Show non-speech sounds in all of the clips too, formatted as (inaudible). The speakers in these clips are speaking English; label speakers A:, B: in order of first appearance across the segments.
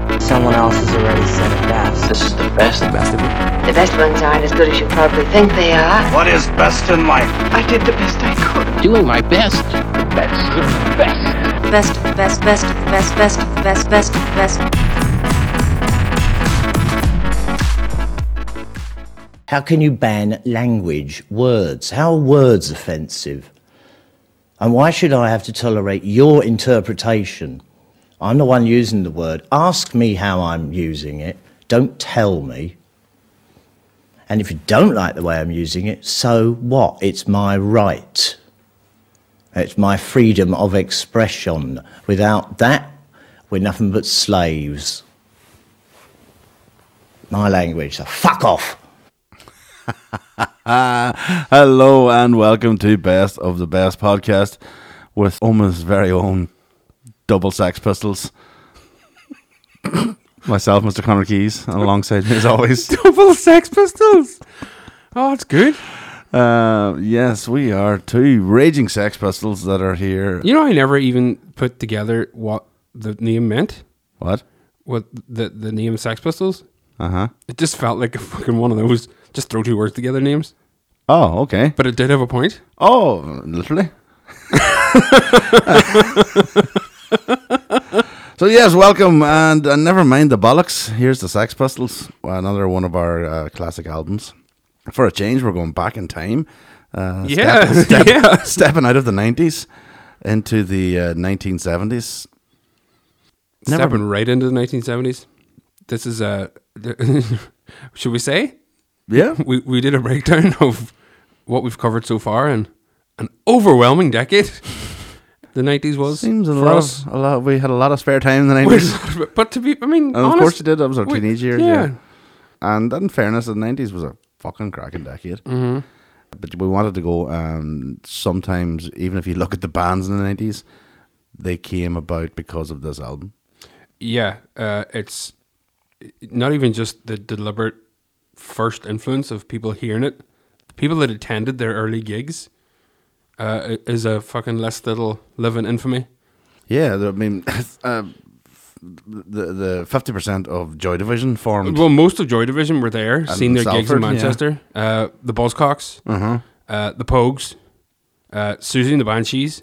A: else has already said it best.
B: This is the best. The best of it.
C: The best ones aren't as good as you probably think they are.
D: What is best in life?
E: I did the best I could.
B: Doing my best. The best. The best.
F: best, best, best, best, best, best, best, best.
G: How can you ban language, words? How are words offensive? And why should I have to tolerate your interpretation? I'm the one using the word. Ask me how I'm using it. Don't tell me. And if you don't like the way I'm using it, so what? It's my right. It's my freedom of expression. Without that, we're nothing but slaves. My language, so fuck off.
H: Hello and welcome to (laughs) Best of the Best podcast with Oma's very own double sax pistols. (coughs) Myself, Mr. Connor Keys, and alongside me as always.
I: (laughs) Double Sex Pistols. Oh, it's good.
H: Uh, yes, we are two raging sex pistols that are here.
I: You know, I never even put together what the name meant.
H: What?
I: What the the name Sex Pistols?
H: Uh huh.
I: It just felt like a fucking one of those just throw two words together names.
H: Oh, okay.
I: But it did have a point.
H: Oh, literally. (laughs) so yes, welcome, and uh, never mind the bollocks. Here's the Sex Pistols, another one of our uh, classic albums. For a change, we're going back in time. Uh,
I: Yeah, (laughs)
H: step-
I: yeah.
H: stepping out of the '90s into the uh, 1970s. Never-
I: Stepping right into the 1970s. This is a. (laughs) should we say
H: Yeah,
I: we we did a breakdown (laughs) of what we've covered so far and an overwhelming decade. (laughs) The 90s (laughs) was
H: seems a
I: for
H: lot.
I: us.
H: Of, a lot. We had a lot of spare time in the
I: We're
H: '90s.
I: not- (laughs) but to be, I mean,
H: And of
I: honest-
H: course you did. That was our
I: we-
H: teenage years.
I: yeah.
H: Yeah. And in fairness, the nineties was a fucking cracking decade. Mm-hmm. But we wanted to go. Um, sometimes, even if you look at the bands in the nineties, they came about because of this album.
I: yeah, uh, it's not even just the deliberate first influence of people hearing it. The people that attended their early gigs uh, i- is a fucking less that'll live in infamy.
H: Yeah, I mean, (laughs) um, the the fifty percent of Joy Division formed.
I: Well, most of Joy Division were there, seen their gigs
H: Salford,
I: in
H: yeah. Uh-huh.
I: Manchester. Uh, the Buzzcocks, uh the Pogues, uh, Susie and the Banshees,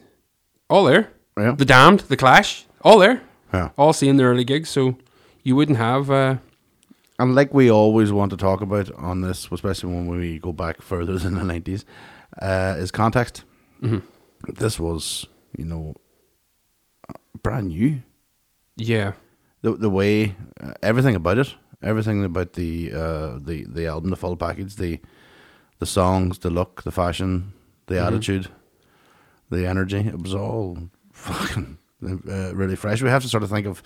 I: all there.
H: Yeah.
I: The Damned, the Clash, all there.
H: Yeah.
I: All seeing their early gigs, so you wouldn't have. Uh,
H: And like we always want to talk about on this, especially when we go back further than the nineties, uh, is context.
I: Mm-hmm.
H: This was, you know, brand new.
I: yeah,
H: The the way uh, everything about it, everything about the uh, the the album, the full package, the the songs, the look, the fashion, the
I: Mm-hmm.
H: attitude, the energy. It was all (laughs) fucking uh, really fresh. We have to sort of think of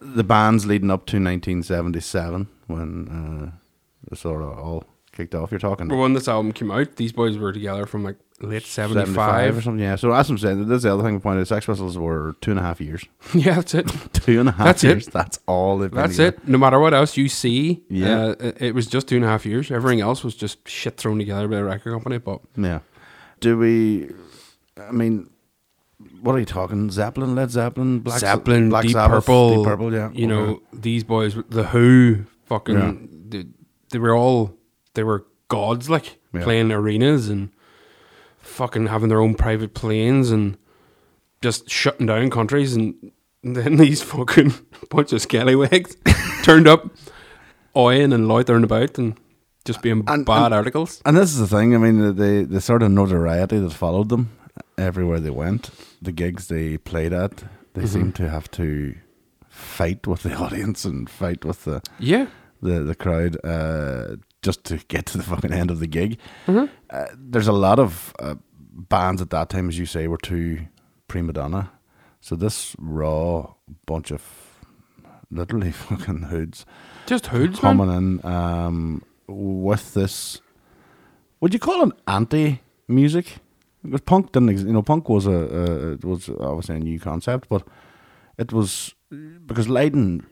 H: the bands leading up to 1977 when uh, it sort of all kicked off. You're talking
I: But when this album came out, these boys were together from like late 75.
H: or something. Yeah. So that's what I'm saying. That's the other thing we pointed out. Sex Pistols were two and a half years. (laughs)
I: (laughs) yeah, that's it.
H: Two and a half
I: That's it.
H: years. That's all they've been
I: That's
H: together.
I: it. No matter what else you see,
H: Yeah.
I: uh, it- it was just two and a half years. Everything else was just shit thrown together by the record company. But
H: Yeah. Do we? I mean, what are you talking? Zeppelin, Led Zeppelin, Black
I: Zeppelin,
H: Black
I: Deep
H: Sabbath,
I: Purple,
H: Deep Purple. Yeah.
I: You know,
H: Okay.
I: these boys, the Who, fucking,
H: Yeah.
I: they, they were all, they were gods, like
H: Yeah.
I: playing arenas and fucking having their own private planes and just shutting down countries. And then (laughs) these fucking bunch of scallywags (laughs) turned up, oying and loitering about and just being
H: And-
I: bad
H: and-
I: articles.
H: And this is the thing. I mean, the, the the sort of notoriety that followed them everywhere they went, the gigs they played at,
I: Mm-hmm.
H: they seemed to have to fight with the (laughs) audience and fight with the
I: Yeah.
H: the the crowd uh, just to get to the fucking end of the gig. Uh, there's a lot of uh, bands at that time, as you say, were too prima donna. So this raw bunch of literally (laughs) fucking hoods
I: Just hoods, man.
H: coming in um, with this. Would you call it anti music? Because punk didn't, ex- you know, punk was a uh, it was obviously a new concept, but it was because Leiden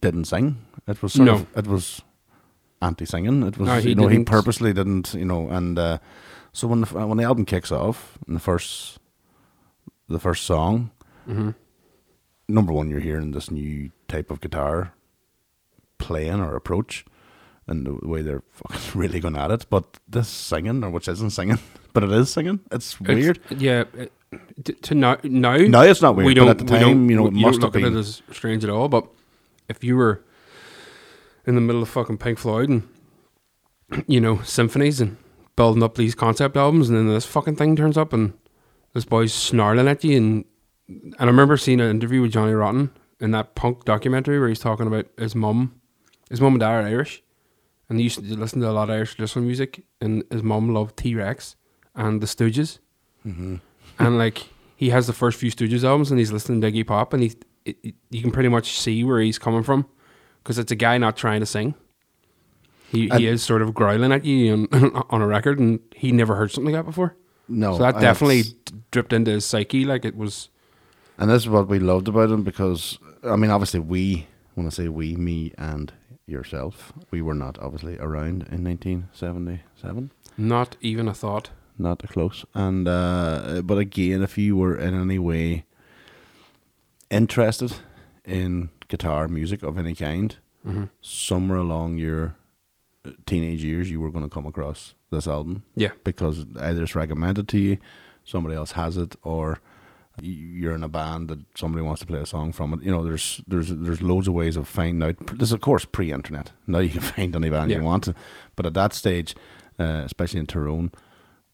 H: didn't sing. It was sort
I: No.
H: of, it was anti singing. It was
I: No, he
H: you know he
I: didn't.
H: purposely didn't you know and uh, so when the f- when the album kicks off and the first the first song number one, you're hearing this new type of guitar playing or approach and the way they're fucking (laughs) really going at it. But this singing, or which isn't singing, (laughs) but it is singing, it's weird.
I: It's- yeah. it- t- to now, now,
H: Now it's not weird,
I: We
H: but
I: don't.
H: at the
I: we don't-
H: time, you know, it
I: we- you
H: must
I: don't look
H: have
I: at it
H: been.
I: as strange at all. But if you were in the middle of fucking Pink Floyd and you know symphonies and building up these concept albums, and then this fucking thing turns up and this boy's snarling at you, and and I remember seeing an interview with Johnny Rotten in that punk documentary where he's talking about his mum. His mum and dad are Irish, and they used to listen to a lot of Irish traditional music. And his mum loved T Rex and the Stooges and like he has the first few Stooges albums, and he's listening to Iggy Pop, and he it, it- you can pretty much see where he's coming from, because it's a guy not trying to sing. He he is sort of growling at you on, (laughs) on a record, and he never heard something like that before.
H: No,
I: so that
H: and
I: definitely
H: it's-
I: d- dripped into his psyche, like it was.
H: And this is what we loved about him because, I mean, obviously, we, when I say we, me and yourself, we were not obviously around in 1977.
I: Not even a thought.
H: Not close. And, uh, but again, if you were in any way interested in guitar music of any kind, somewhere along your uh, teenage years, you were going to come across this album
I: Yeah.
H: because either it's recommended to you, somebody else has it, or y- you're in a band that somebody wants to play a song from it. You know, there's there's there's loads of ways of finding out. This is of course pre-internet. Now you can (laughs) find any band
I: Yeah.
H: you want, but at that stage, uh, especially in Tyrone,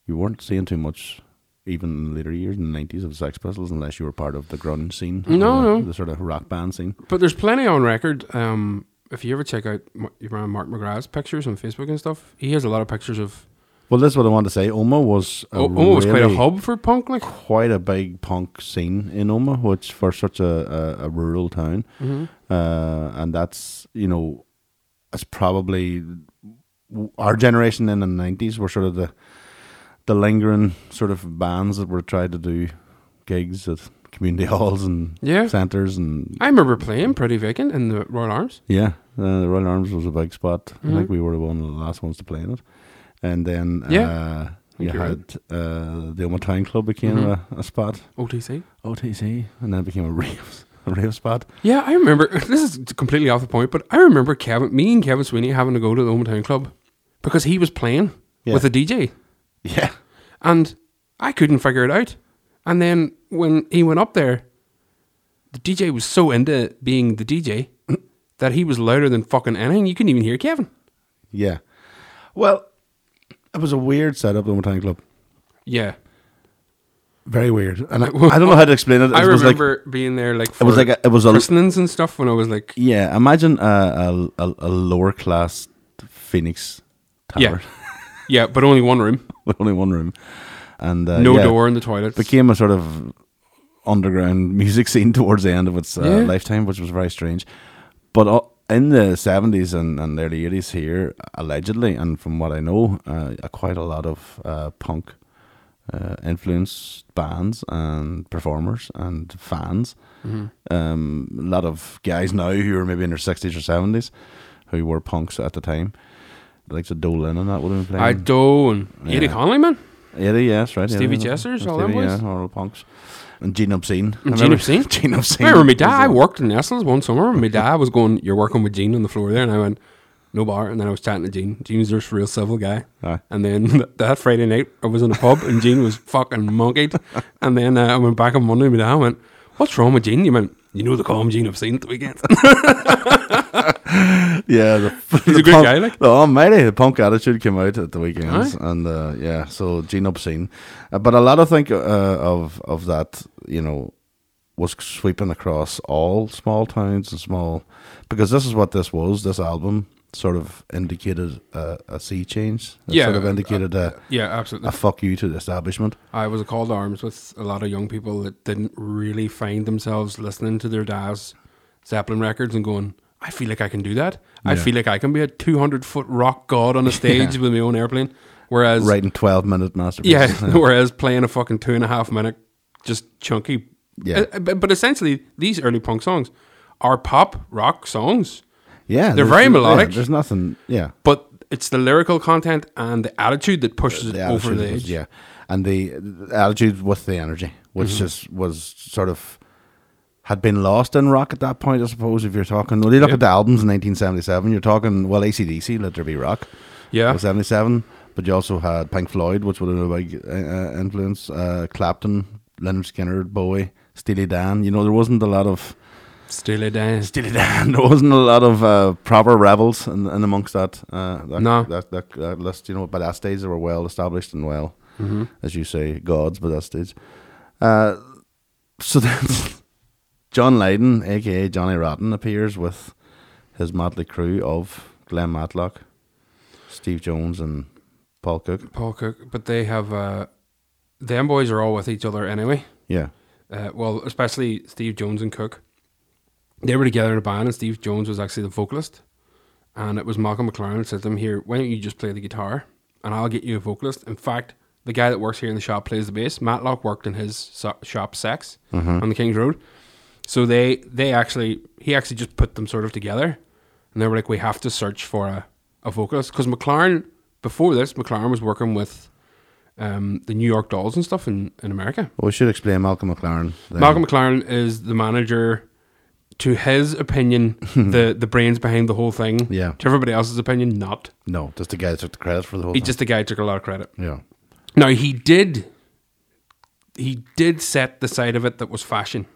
H: you weren't seeing too much. Even in the later years, in the nineties, of the Sex Pistols, unless you were part of the grunge scene, or
I: No,
H: the,
I: no.
H: the sort of rock band scene.
I: But there's plenty on record. Um, if you ever check out Ma- your man Mark McGrath's pictures on Facebook and stuff, he has a lot of pictures of.
H: Well, that's what I wanted to say. Oma was a
I: Oh, oh, it's quite a
H: really-
I: hub for punk, like.
H: quite a big punk scene in Oma, which for such a, a, a rural town,
I: Mm-hmm.
H: uh, and that's you know, it's probably our generation in the nineties were sort of the the lingering sort of bands that were trying to do gigs at community (laughs) halls and
I: Yeah.
H: centres and
I: I remember playing Pretty Vacant in the Royal Arms.
H: yeah, uh, the Royal Arms was a big spot. I think we were one of the last ones to play in it, and then
I: Mm-hmm. Yeah.
H: uh, you
I: think you're
H: had uh, the Oma Town Club became
I: Mm-hmm.
H: a, a spot.
I: OTC.
H: OTC, and then it became a (laughs) rave, a rave spot.
I: Yeah, I remember. (laughs) This is completely off the point, but I remember Kevin, me and Kevin Sweeney having to go to the hometown club because he was playing
H: Yeah.
I: with a DJ,
H: Yeah,
I: and I couldn't figure it out. And then when he went up there, the DJ was so into being the DJ (clears throat) that he was louder than fucking anything. You couldn't even hear Kevin.
H: yeah. Well, it was a weird setup, the Mountain Club.
I: Yeah,
H: Very weird, and I,
I: (laughs)
H: I don't know how to explain it. It
I: I
H: was like-
I: remember being there like for
H: was like a- it was a-
I: christenings and stuff when I was like
H: yeah, imagine a a, a, a lower class Phoenix tower (laughs)
I: yeah, yeah, but only one room,
H: with only one room and uh,
I: no
H: yeah,
I: door in the toilet.
H: Became a sort of underground (laughs) music scene towards the end of its uh,
I: Yeah.
H: lifetime, which was very strange. But uh, in the 70s and, and early 80s here, allegedly, and from what I know, uh, quite a lot of uh, punk uh, influenced bands and performers and fans.
I: Mm-hmm.
H: Um, a lot of guys now who are maybe in their 60s or 70s who were punks at the time. Like the Dolan and that would have been playing.
I: I do and Eddie
H: Yeah.
I: Connolly, man.
H: Yeah, they- yeah, that's right.
I: Stevie
H: yeah,
I: Chesters, all them
H: Stevie,
I: boys.
H: Yeah, all the punks. And Gene Obscene. I
I: Gene
H: remember-
I: Obscene?
H: (laughs) Gene Obscene.
I: I remember my dad. I worked in Nestle's one summer, and my dad was going, "You're working with Gene on the floor there," and I went, "No bar." And then I was chatting to Gene. Gene was just a real civil guy.
H: Aye.
I: And then (laughs) th- that Friday night, I was in a pub, and Gene was fucking monkeyed. And then uh, I went back on Monday, and my dad went, "What's wrong with Gene?" You went, "You know the calm Gene I've seen at the weekend."
H: (laughs) Yeah, the,
I: He's a
H: (laughs) the
I: good
H: punk,
I: guy, like.
H: The almighty, the punk attitude came out at the weekends, and uh, yeah, so Gene Obscene. Uh, but a lot, I think, uh, of of that, you know, was sweeping across all small towns and small, because this is what this was. This album sort of indicated a, a sea change. It
I: Yeah,
H: sort of
I: uh,
H: indicated a,
I: yeah,
H: a
I: (laughs) absolutely.
H: fuck you to the establishment.
I: I was a call to arms with a lot of young people that didn't really find themselves listening to their dad's Zeppelin records and going, I feel like I can do that. I
H: Yeah.
I: feel like I can be a 200 foot rock god on a stage with my own airplane. Whereas,
H: Writing twelve minute masterpieces.
I: yeah, (laughs) whereas playing a fucking two and a half minute, just chunky.
H: Yeah.
I: Uh, but, but essentially, these early punk songs are pop rock songs,
H: Yeah,
I: They're
H: there's-
I: very
H: yeah,
I: melodic.
H: there's nothing. Yeah,
I: but it's the lyrical content and the attitude that pushes it over
H: attitude
I: the
H: was-
I: edge.
H: yeah,
I: Mm-hmm.
H: and the, the attitude with the energy, which just was sort of had been lost in rock at that point, I suppose, if you're talking. Well, you look
I: Yeah.
H: at the albums in 1977, you're talking, well, ACDC, Let There Be Rock,
I: Yeah.
H: was 77, but you also had Pink Floyd, which would have been a big uh, uh, influence, uh, Clapton, Leonard Skinner, Bowie, Steely Dan. You know, there wasn't a lot of.
I: Still a dance.
H: Steely Dan. (laughs) There wasn't a lot of uh, proper rebels in, in amongst that, uh, that,
I: No.
H: that, that that list. You know, by that stage they were well established and well,
I: Mm-hmm.
H: as you say, gods. By that stage, uh, so (laughs) then John Lydon, aka Johnny Rotten, appears with his motley crew of Glenn Matlock, Steve Jones, and Paul Cook.
I: Paul Cook, but they have uh, them boys are all with each other anyway.
H: Yeah,
I: Uh, well, especially Steve Jones and Cook. They were together in a band, and Steve Jones was actually the vocalist. And it was Malcolm McLaren said to him, "Here, why don't you just play the guitar, and I'll get you a vocalist." In fact, the guy that works here in the shop plays the bass. Matlock worked in his so- shop, Sex, on the King's Road. So they they actually he actually just put them sort of together, and they were like, "We have to search for a a vocalist," because McLaren before this, McLaren was working with um, the New York Dolls and stuff in in America.
H: well, we should explain Malcolm McLaren. then.
I: Malcolm McLaren is the manager. To his opinion,
H: (laughs)
I: the the brains behind the whole thing.
H: Yeah.
I: To everybody else's opinion, not.
H: No, just the guy that took the credit for the whole.
I: He's
H: thing.
I: just the guy who took a lot of credit.
H: yeah.
I: Now he did. He did set the side of it that was fashion,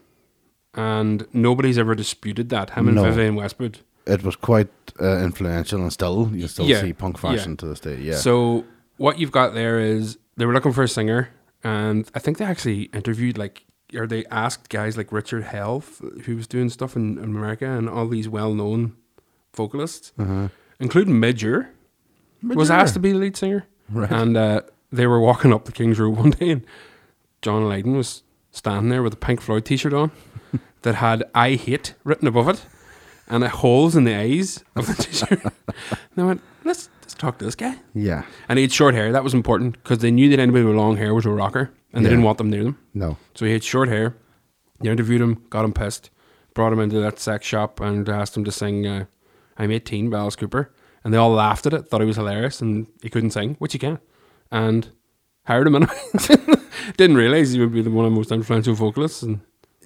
I: and nobody's ever disputed that. Him and
H: No.
I: Vivian Westwood.
H: it was quite uh, influential and still you still
I: Yeah,
H: see punk fashion
I: yeah.
H: to this day yeah
I: So what you've got there is they were looking for a singer, and I think they actually interviewed like or they asked guys like Richard Hell, who was doing stuff in, in America, and all these well-known vocalists,
H: Uh-huh.
I: including Midger, was asked to be the lead singer.
H: Right.
I: And uh, they were walking up the King's Road (laughs) one day, and John Lydon was standing there with a Pink Floyd T-shirt
H: (laughs)
I: on that had "I hate" written above it, and the holes in the eyes of
H: (laughs)
I: the T-shirt. and I went, "Let's let's talk to this guy."
H: yeah
I: And he had short hair. That was important because they knew that anybody with long hair was a rocker, and they
H: Yeah.
I: didn't want them near them.
H: no
I: So he had short hair. They interviewed him, got him pissed, brought him into that sex shop, and asked him to sing uh, "I'm 18" by Alice Cooper. And they all laughed at it, thought it was hilarious, and he couldn't sing, which he can, and hired him. And (laughs) didn't realize he would be the one of the most influential vocalists. And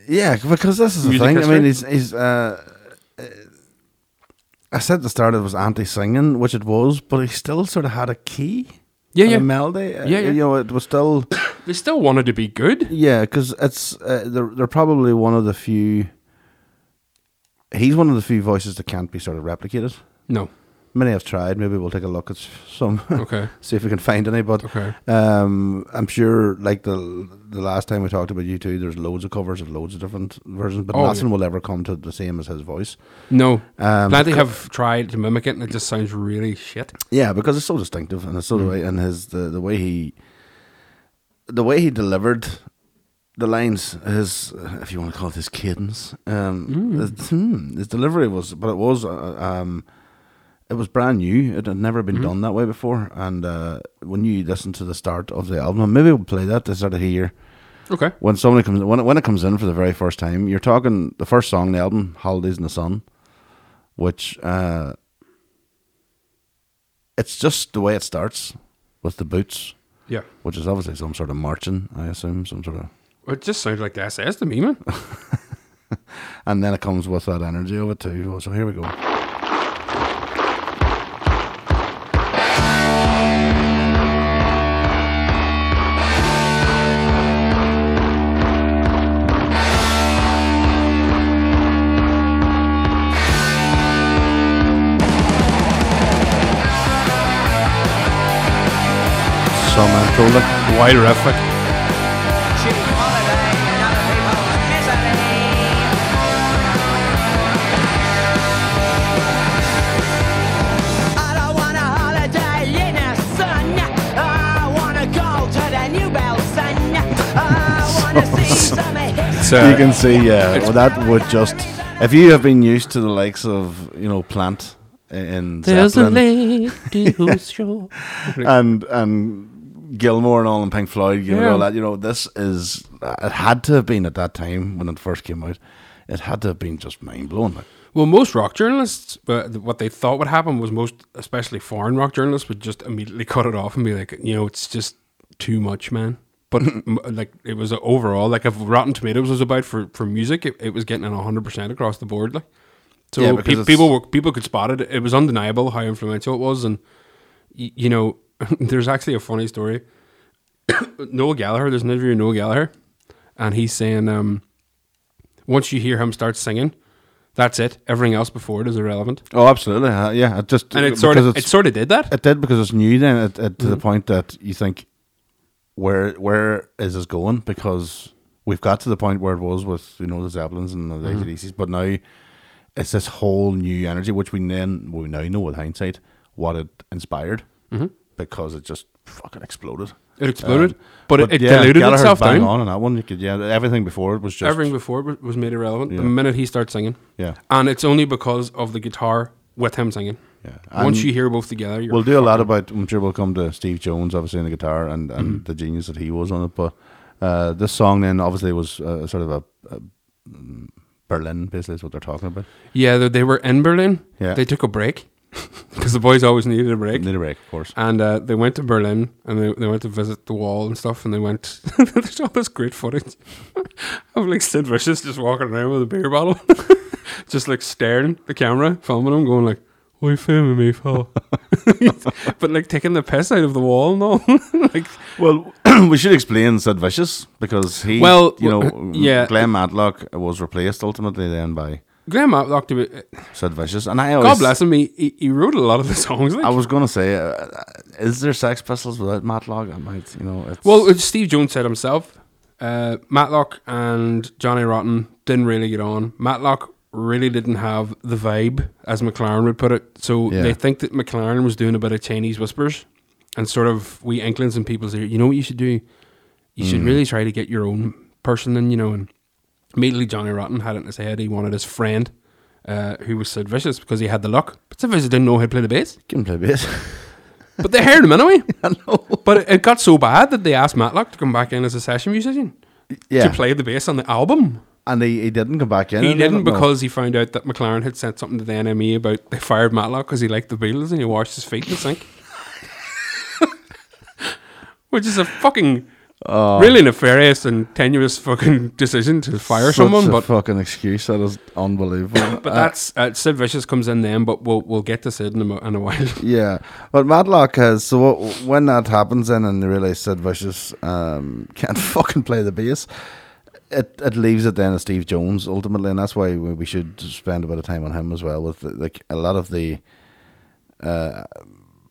H: yeah because this is the
I: Music
H: thing I mean he's,
I: history?
H: he's uh, uh, I said at the start it was anti-singing which it was but he still sort of had a key
I: Yeah,
H: and
I: yeah.
H: a melody Uh,
I: Yeah, yeah.
H: you know it was still
I: they still wanted to be good.
H: yeah because it's uh, they're, they're probably one of the few he's one of the few voices that can't be sort of replicated
I: No,
H: many have tried maybe we'll take a look at s- some (laughs)
I: okay,
H: see if we can find any. But
I: Okay.
H: um, I'm sure, like the the last time we talked about you two, there's loads of covers of loads of different versions, but
I: Oh, yeah.
H: nothing will ever come to the same as his voice.
I: no.
H: Um,
I: Plenty have tried to mimic it, and it just sounds really shit.
H: Yeah, because it's so distinctive, and it's so the way, and his the, the way he, the way he delivered the lines, his uh, if you want to call it his cadence, um, his, hmm, his delivery was, but it was, uh, um, it was brand new. It had never been done that way before. And uh, when you listen to the start of the album, and maybe we'll play that to sort of hear
I: Okay,
H: when somebody comes when it, when it comes in for the very first time, you're talking the first song on the album, "Holidays in the Sun," which uh, it's just the way it starts with the boots,
I: yeah.
H: which is obviously some sort of marching, I assume, some sort of,
I: It just sounds like the SS to me, man. (laughs)
H: and then it comes with that energy of it too. Oh, So here we go. Some intro, like,
I: Wide riff, like.
D: It's,
I: uh,
H: you can see, (laughs) yeah. Well, that would just if you have been used to the likes of you know Plant in Zeppelin,
I: lady who's sure.
H: and and Gilmore and all and Pink Floyd, you
I: Yeah.
H: know all that. You know, this is it had to have been at that time when it first came out. It had to have been just mind blowing. Like,
I: Well, most rock journalists, uh, what they thought would happen was most, (laughs) especially foreign rock journalists, would just immediately cut it off and be like, you know, it's just too much, man.
H: (laughs)
I: but m- like it was overall like if Rotten Tomatoes was about for for music, it, it was getting an hundred percent across the board. Like so,
H: Yeah,
I: pe-
H: because it's-
I: people were people could spot it. It was undeniable how influential it was, and y- you know, (laughs) there's actually a funny story. (coughs) Noel Gallagher, there's an interview with Noel Gallagher, and he's saying, um, once you hear him start singing, that's it. Everything else before it is irrelevant.
H: Oh, absolutely. Uh, yeah, it just
I: And it
H: because
I: sort of
H: it's-
I: it sort of did that.
H: it did because it's new then it, it, to
I: Mm-hmm.
H: the point that you think where where is this going because we've got to the point where it was with you know the zeppelins and
I: Mm-hmm.
H: the ACDCs, but now it's this whole new energy which we then we now know with hindsight what it inspired
I: Mm-hmm.
H: because it just fucking exploded
I: It exploded,
H: Um,
I: but, it, it
H: yeah,
I: diluted
H: Gallagher's
I: itself
H: bang
I: down.
H: on in that one you could yeah everything before it was just
I: Everything before was- was made irrelevant
H: Yeah.
I: the minute he starts singing.
H: Yeah.
I: and it's only because of the guitar with him singing.
H: Yeah.
I: Once
H: And-
I: you hear both together, you're
H: We'll do a lot about. I'm sure we'll come to Steve Jones, obviously, on the guitar and, and
I: Mm-hmm.
H: the genius that he was on it. But uh, this song then obviously was uh, sort of a, a mm, Berlin, basically, is what they're talking about.
I: yeah. They, they were in Berlin.
H: Yeah.
I: they took a break (laughs) because the boys always needed a break.
H: Need a break, of course.
I: And uh, they went to Berlin and they, they went to visit the wall and stuff. And they went, (laughs) there's all this great footage (laughs) of like Sid Vicious just walking around with a beer bottle, (laughs) just like staring at the camera, filming him, going like, what are you filming me for? (laughs) but like taking the piss out of the wall and all. (laughs) like,
H: Well, (clears throat) we should explain Sid Vicious because he,
I: Well,
H: you know, (clears throat)
I: w- yeah.
H: Glenn Matlock was replaced ultimately then by
I: Graham Matlock, to be,
H: Sid Vicious, and I always,
I: God bless him, he, he, he wrote a lot of the songs. Like.
H: I was gonna say, uh, is there Sex Pistols without Matlock? I might, you know, it's,
I: Well, as Steve Jones said himself, uh, Matlock and Johnny Rotten didn't really get on. Matlock really didn't have the vibe, as McLaren would put it. So
H: Yeah.
I: they think that McLaren was doing a bit of Chinese whispers and sort of we inklings in people's ear. You know what you should do? You should really try to get your own person in, you know. And immediately Johnny Rotten had it in his head. He wanted his friend, uh, who was Sid Vicious, because he had the luck. But Sid Vicious didn't know how to play the bass.
H: can play bass. (laughs)
I: But they hired him anyway. But it, it got so bad that they asked Matlock to come back in as a session musician
H: yeah,
I: to play the bass on the album.
H: and he, he didn't come back in.
I: he
H: and I
I: didn't
H: don't know.
I: because he found out that McLaren had sent something to the NME about they fired Matlock because he liked the Beatles and he washed his feet in the sink. (laughs) Which is a fucking
H: Oh.
I: really nefarious and tenuous fucking decision to fire
H: Such
I: someone.
H: a
I: But
H: fucking excuse that is unbelievable.
I: (laughs) but
H: Uh,
I: that's uh, Sid Vicious comes in then. But we'll we'll get to Sid in a, mo- in a while. (laughs)
H: yeah. But Matlock has so what, when that happens then and they realize Sid Vicious um, (laughs) can't fucking play the bass. It, it leaves it then to Steve Jones ultimately, and that's why we, we should spend a bit of time on him as well. With the, like a lot of the uh,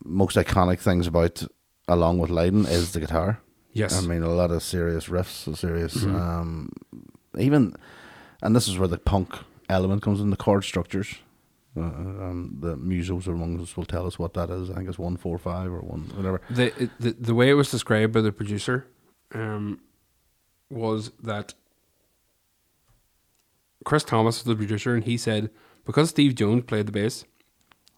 H: most iconic things about, along with Leiden, is the guitar.
I: Yes.
H: I mean a lot of serious riffs, serious um, even, and this is where the punk element comes in the chord structures. Uh, um, the musos among us will tell us what that is. I think it's one four five or one whatever.
I: the, it- the the way it was described by the producer um, was that Chris Thomas was the producer, and he said because Steve Jones played the bass,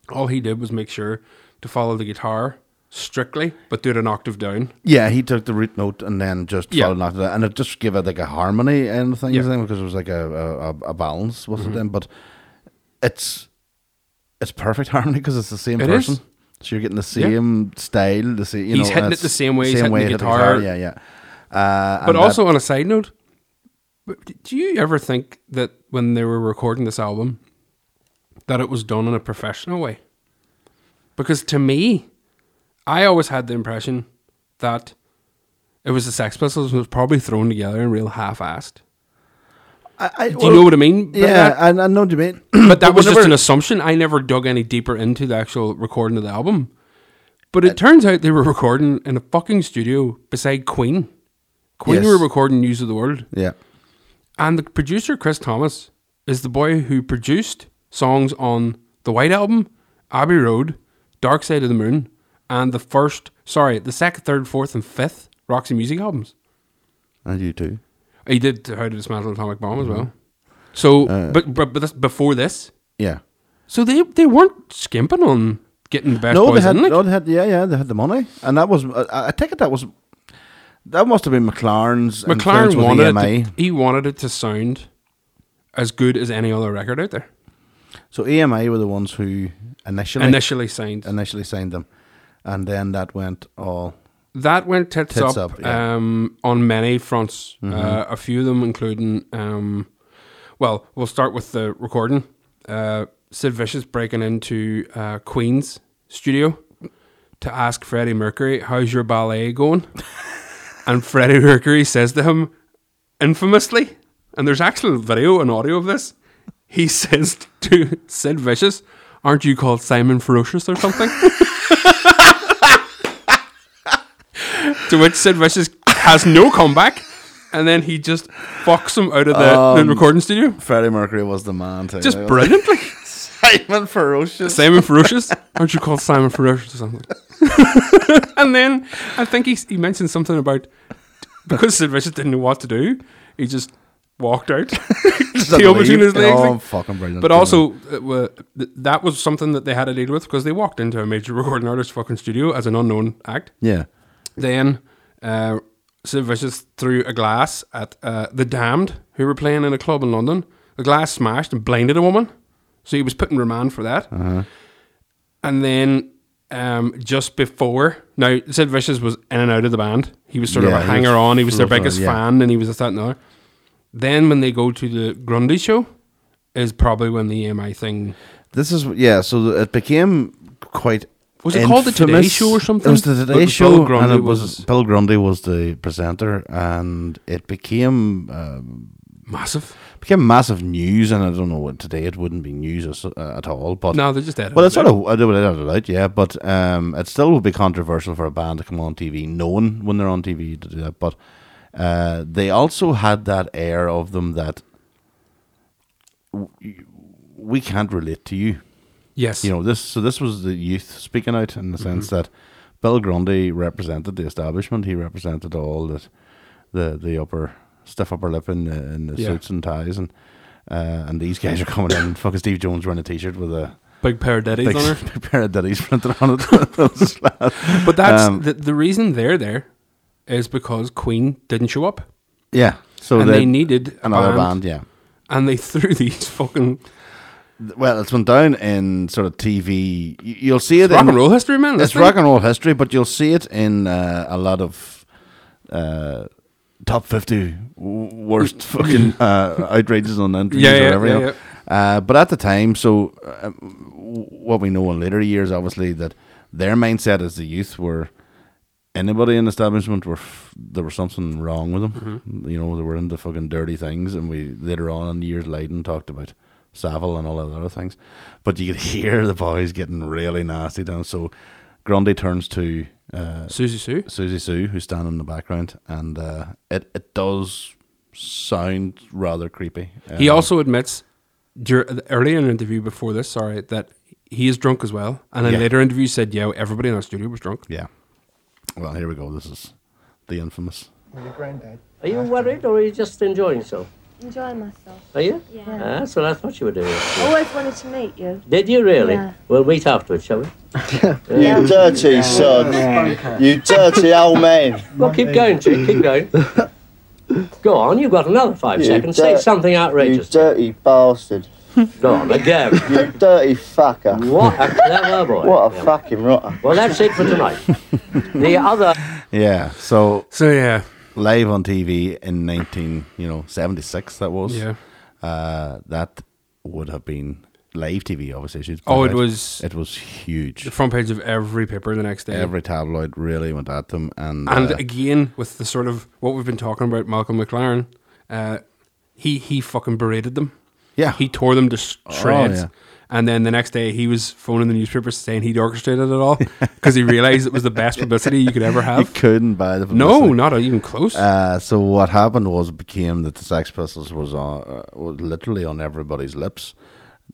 I: all he did was make sure to follow the guitar strictly, but do it an octave down.
H: Yeah, he took the root note and then just
I: Yeah.
H: followed after that, and it just gave it like a harmony and things
I: Yeah. Mm-hmm.
H: then because it was like a a, a- a balance with it then. But it's it's perfect (laughs) harmony because it's the same
I: It
H: person.
I: is.
H: So you're getting the same style, the same. You
I: He's
H: know,
I: hitting
H: and
I: it
H: it's
I: the same way he's hitting the
H: he hit
I: guitar.
H: Yeah, yeah. Uh,
I: But
H: and that-
I: also on a side note, w- do you ever think that when they were recording this album, that it was done in a professional way? Because to me, I always had the impression that it was the Sex Pistols was probably thrown together and real half-assed.
H: I, I-
I: Do you know what I mean? by
H: Yeah,
I: that?
H: I, I know what you mean.
I: but
H: (coughs)
I: that was just
H: whenever-
I: an assumption. I never dug any deeper into the actual recording of the album. But
H: Uh,
I: it turns out they were recording in a fucking studio beside Queen. Queen
H: Yes.
I: were recording News of the World.
H: Yeah,
I: And the producer, Chris Thomas, is the boy who produced songs on the White Album, Abbey Road, Dark Side of the Moon, and the first, sorry, the second, third, fourth, and fifth Roxy Music albums.
H: and you too.
I: He did How to Dismantle an Atomic Bomb as well. So,
H: Uh,
I: but, but, but this, before this,
H: Yeah.
I: so they, they weren't skimping on getting the best
H: No, they
I: boys
H: had,
I: in. Like,
H: no, they had. Yeah, yeah, they had the money, and that was. I, I take it that was. That must have been McLaren's. influence
I: McLaren
H: with E
I: wanted
H: EMI.
I: it to, he wanted it to sound as good as any other record out there.
H: So EMI were the ones who initially
I: Initially signed.
H: initially signed them, and then that went oh, all
I: that went tits,
H: Tits
I: up,
H: up, yeah. Mm-hmm.
I: um, on many fronts. Uh, a few of them, including, um, well, we'll start with the recording. Uh, Sid Vicious breaking into uh, Queen's studio to ask Freddie Mercury, "How's your ballet
H: (laughs)
I: going?" and Freddie Mercury says to him, infamously, and there's actual video and audio of this. He (laughs) says to Sid Vicious, "Aren't you called Simon Ferocious or
H: (laughs)
I: something?" To which Sid Vicious has no comeback, and then he just fucks him out of the, the
H: Um,
I: recording studio.
H: Freddie Mercury was the man. Too.
I: Just
H: Like, (laughs)
I: brilliantly.
H: Simon Ferocious.
I: Simon Ferocious? Aren't you called Simon Ferocious or something? (laughs) and then I think he, he mentioned something about because Sid Vicious didn't know what to do, he just walked out.
H: (laughs)
I: (laughs)
H: Just
I: the
H: leave.
I: between his legs.
H: Oh, fucking brilliant.
I: But also, it wa- th- that was something that they had to deal with because they walked into a major (laughs) recording artist fucking studio as an unknown act.
H: yeah.
I: Then uh, Sid Vicious threw a glass at uh, the Damned, who were playing in a club in London. The glass smashed and blinded a woman, so he was put in remand for that.
H: Uh-huh.
I: And then um, just before, now Sid Vicious was in and out of the band. He was sort
H: Yeah,
I: of a
H: he
I: hanger on. He was their
H: fluffing,
I: biggest
H: yeah.
I: fan, and he was this, that, and the other. Then when they go to the Grundy show, is probably when the EMI thing.
H: This is yeah. So it became quite.
I: Was it called the Today
H: infamous.
I: Show or something?
H: It was the
I: But
H: Today
I: Bill
H: Show,
I: Grundy
H: and it was,
I: was-
H: Bill Grundy was the presenter, and it became uh,
I: Massive.
H: became massive news. And I don't know what today it wouldn't be news as- uh, at all. But
I: No, they're just dead.
H: well, it's sort of I do it out loud, yeah. But um, it still would be controversial for a band to come on TV, knowing when they're on TV to do that. But uh, they also had that air of them that w- we can't relate to you.
I: yes.
H: You know this. So this was the youth speaking out in the
I: Mm-hmm.
H: sense that Bill Grundy represented the establishment. He represented all the the, the upper stiff upper lip in the, in the
I: Yeah.
H: suits and ties, and uh, and these guys are coming in. Fucking Steve Jones wearing a t-shirt with a
I: big pair of daddies
H: big,
I: on her.
H: big (laughs) pair of ditties printed on it. (laughs) It was just like-
I: But that's
H: Um,
I: the, the reason they're there is because Queen didn't show up
H: yeah. So
I: and they needed
H: another band. Yeah.
I: and they (laughs) threw these fucking
H: Well, it's been down in sort of TV. You- You'll see it
I: rock
H: in
I: and roll history, man.
H: it's rock and roll history, but you'll see it in uh, a lot of uh, top fifty w-
I: (laughs)
H: worst fucking uh, outrages on interviews
I: Yeah,
H: or
I: yeah,
H: whatever. you
I: yeah,
H: know. Uh, but at the time, so uh, what we know in later years, obviously, that their mindset as the youth were anybody in the establishment were f- there was something wrong with them.
I: Mm-hmm.
H: You know, they were into fucking dirty things, and we later on in years Leiden talked about Savile and all of the other things. But you could (laughs) hear the boys getting really nasty down. So Grundy turns to uh,
I: Susie Sue.
H: Susie Sue, who's standing in the background, and uh, it it does sound rather creepy.
I: He
H: Um,
I: also admits dur- early in an interview before this, sorry, that he is drunk as well. And in
H: Yeah.
I: later interview said, yeah, everybody in our studio was drunk.
H: yeah. Well, here we go. This is the infamous.
D: Are you worried or are you just enjoying yourself?
E: Enjoying myself.
D: Are you?
E: Yeah.
D: Ah, that's what I thought you were doing.
E: Always wanted to meet you.
D: Did you really?
E: Yeah.
D: We'll meet afterwards, shall we?
J: You dirty son. You dirty old man.
D: Well, keep going,
J: (laughs)
D: Chick. Keep going. Go on, you've got another five
J: You
D: seconds. Say
J: dirt-
D: something
J: You
D: outrageous.
J: dirty bastard.
D: Go
J: (laughs)
D: on, again.
J: You dirty fucker.
D: What a clever boy.
J: What
D: Yeah.
J: a fucking rotter.
D: Well, that's it
J: (laughs)
D: for tonight. the other.
H: Yeah. So
I: So, yeah.
H: live on TV in nineteen, you know, seventy six. That was.
I: Yeah.
H: Uh, that would have been live TV, obviously. She's
I: Oh,
H: pointed
I: it
H: out.
I: was
H: It was huge.
I: the front page of every paper the next day.
H: Every tabloid really went at them, and,
I: And
H: uh,
I: again, with the sort of what we've been talking about, Malcolm McLaren, uh, he he fucking berated them.
H: yeah,
I: He tore them to s- shreds.
H: Oh, yeah.
I: And then the next day, he was phoning the newspapers saying he'd orchestrated it all because he realized it was the
H: (laughs)
I: best publicity you could ever
H: you
I: have.
H: couldn't buy the
I: No,
H: publicity.
I: not even close.
H: Uh, so what happened was it became that the Sex Pistols was on uh, was literally on
I: (laughs)
H: everybody's lips,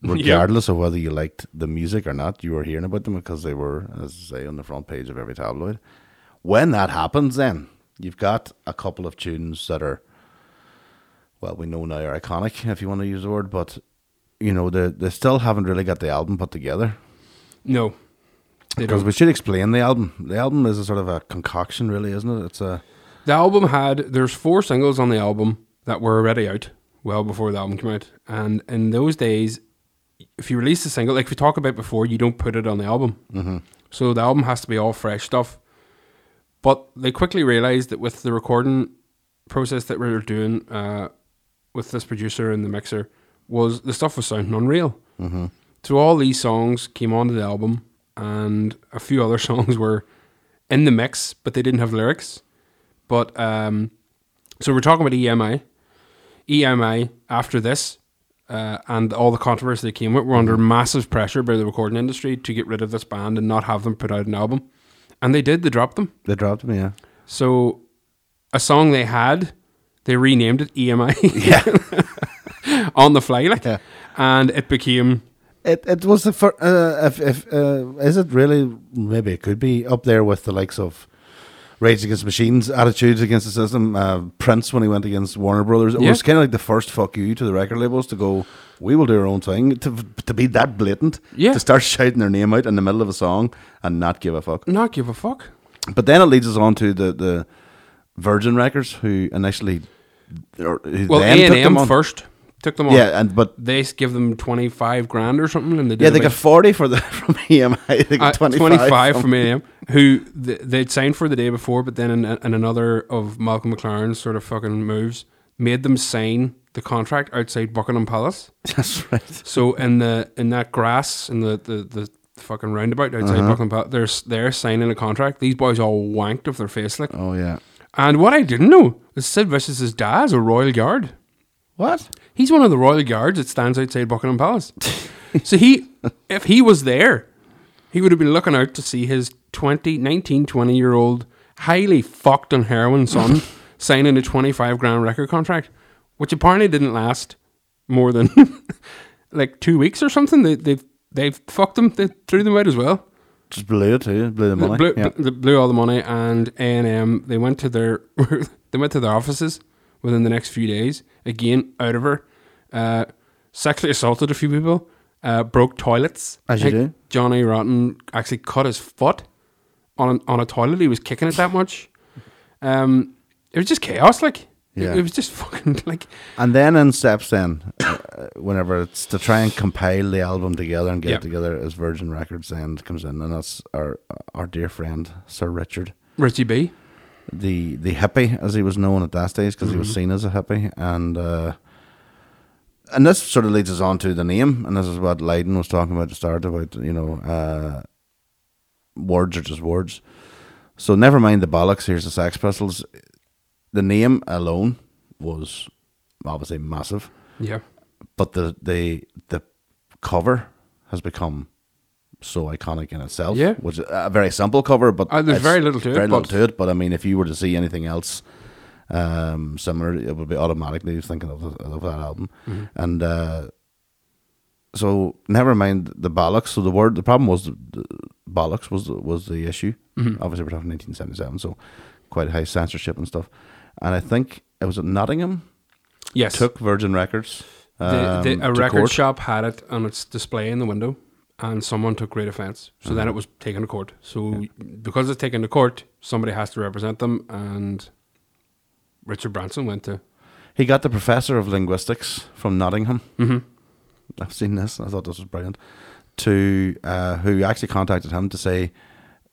H: regardless of whether you liked the music or not. You were hearing about them because they were, as I say, on the front page of every tabloid. When that happens, then you've got a couple of tunes that are, well, we know now are iconic, if you want to use the word, but you know they they still haven't really got the album put together.
I: no, they
H: Because
I: don't.
H: we should explain the album. The album is a sort of a concoction, really, isn't it? It's a
I: the album had there's four singles on the album that were already out well before the album came out. And in those days, if you release a single, like we talked about before, you don't put it on the album. Mm-hmm. So the album has to be all fresh stuff. But they quickly realized that with the recording process that we were doing uh, with this producer and the mixer, was the stuff was sounding unreal. Mm-hmm. So all these songs came onto the album, and a few other (laughs) songs were in the mix, but they didn't have lyrics. But um, so we're talking about E EMI. EMI E after this uh, and all the controversy that came with, were under massive pressure by the recording industry to get rid of this band and not have them put out an album. And they did. They dropped them.
H: They dropped him, yeah.
I: So a song they had, they renamed it EMI
H: Yeah.
I: (laughs) on the fly, like,
H: Yeah.
I: and it became
H: It it was the first. Uh, if if uh, is it really? Maybe it could be up there with the likes of Rage Against the Machines attitudes against the system. Uh, Prince when he went against Warner Brothers, it
I: Yeah.
H: was kind of like the first fuck you to the record labels to go. We will do our own thing. To to be that blatant,
I: Yeah.
H: to start shouting their name out in the middle of a song and not give a fuck.
I: not give a fuck.
H: But then it leads us on to the the Virgin Records, who initially or who
I: Well,
H: then
I: A and
H: took them
I: M
H: on.
I: first took them on.
H: Yeah, and but
I: they s- give them twenty five grand or something, and they did
H: yeah, they
I: about-
H: got forty for the (laughs) from EMI. They
I: uh,
H: (laughs) got
I: 25,
H: 25
I: from AM, who th- they'd signed for the day before, but then in, in another of Malcolm McLaren's sort of fucking moves, made them sign the contract outside Buckingham Palace.
H: (laughs) That's right.
I: So in the in that grass in the the, the fucking roundabout outside
H: Uh-huh.
I: Buckingham Palace, they're s- they're signing a contract. These boys all wanked off their face like.
H: Oh yeah.
I: And what I didn't know is Sid Vicious's dad's a Royal Guard.
H: What?
I: He's one of the royal guards that stands outside Buckingham Palace. (laughs) so he, if he was there, he would have been looking out to see his 20, 19, 20 year old, highly fucked on heroin son signing a 25 grand record contract, which apparently didn't last more than (laughs) like two weeks or something. They, they've, they've fucked them. They threw them out as well.
H: Just blew it too. Blew the money.
I: Blew,
H: yeah.
I: bl- they blew all the money, and A and M they went to their (laughs) they went to their offices within the next few days. Again, out of her, uh, sexually assaulted a few people, uh, broke toilets.
H: As you do.
I: Johnny Rotten actually cut his foot on on a toilet. He was kicking it that much. Um, it was just chaos. Like
H: Yeah.
I: it, it was just fucking (laughs) like
H: And then in steps then, uh, whenever it's to try and compile the album together and get
I: Yeah.
H: it together, as Virgin Records then comes in, and that's our our dear friend Sir Richard,
I: Richie B.
H: the the hippie as he was known at that stage, because he was seen as a hippie, and. uh and this sort of leads us on to the name, and this is what Leiden was talking about at the start about you know uh, words are just words. So never mind the bollocks. Here's the Sex Pistols. The name alone was obviously massive,
I: Yeah,
H: but the the the cover has become so iconic in itself.
I: Yeah.
H: which is a very simple cover, but
I: Uh, there's
H: it's
I: very little to it,
H: Very little
I: but-
H: to it. But I mean, if you were to see anything else um, similar, it would be automatically thinking of, of that album.
I: Mm-hmm.
H: And uh, so, never mind the bollocks. So the word, the problem was the, the bollocks was the, was the issue.
I: Mm-hmm.
H: Obviously, we're talking 1977, so quite high censorship and stuff. And I think it was at Nottingham
I: yes.
H: took Virgin Records.
I: The, the,
H: um,
I: a
H: to
I: record
H: court.
I: shop had it on its display in the window, and someone took great offence. So
H: Mm-hmm.
I: then it was taken to court. So because it's taken to court, somebody has to represent them, and Richard Branson went to.
H: He got the professor of linguistics from Nottingham. I've seen this. and I thought this was brilliant. To uh, who actually contacted him to say,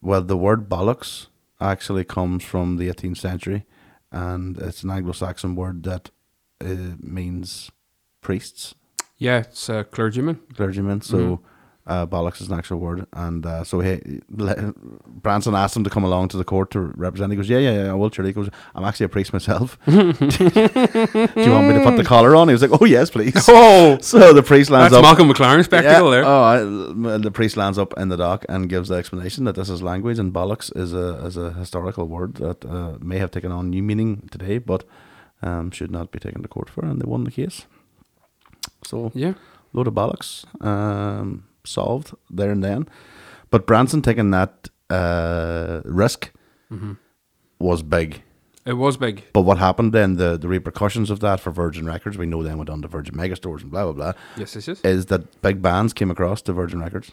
H: well, the word bollocks actually comes from the 18th century, and it's an Anglo-Saxon word that uh, means priests,
I: Yeah, it's a clergyman.
H: clergymen. So
I: Mm-hmm.
H: uh, bollocks is an actual word, and uh, so he le- Branson asked him to come along to the court to represent. He goes, "Yeah, yeah, yeah, I will, surely." He goes, "I'm actually a priest myself. (laughs) Do you want me to put the collar on?" He was like, "Oh yes, please."
I: (laughs) Oh,
H: so the priest lands
I: that's
H: up.
I: Malcolm McLaren spectacle
H: Yeah,
I: there.
H: Oh, I- the priest lands up in the dock and gives the explanation that this is language and bollocks is a is a historical word that uh, may have taken on new meaning today, but um, should not be taken to court for. And they won the case. So
I: yeah,
H: load of bollocks um, solved there and then. But Branson taking that uh, risk
I: Mm-hmm.
H: was big.
I: it was big.
H: But what happened then, the, the repercussions of that for Virgin Records, we know then went on to Virgin Megastores and blah, blah, blah,
I: Yes, yes, yes.
H: is that big bands came across to Virgin Records.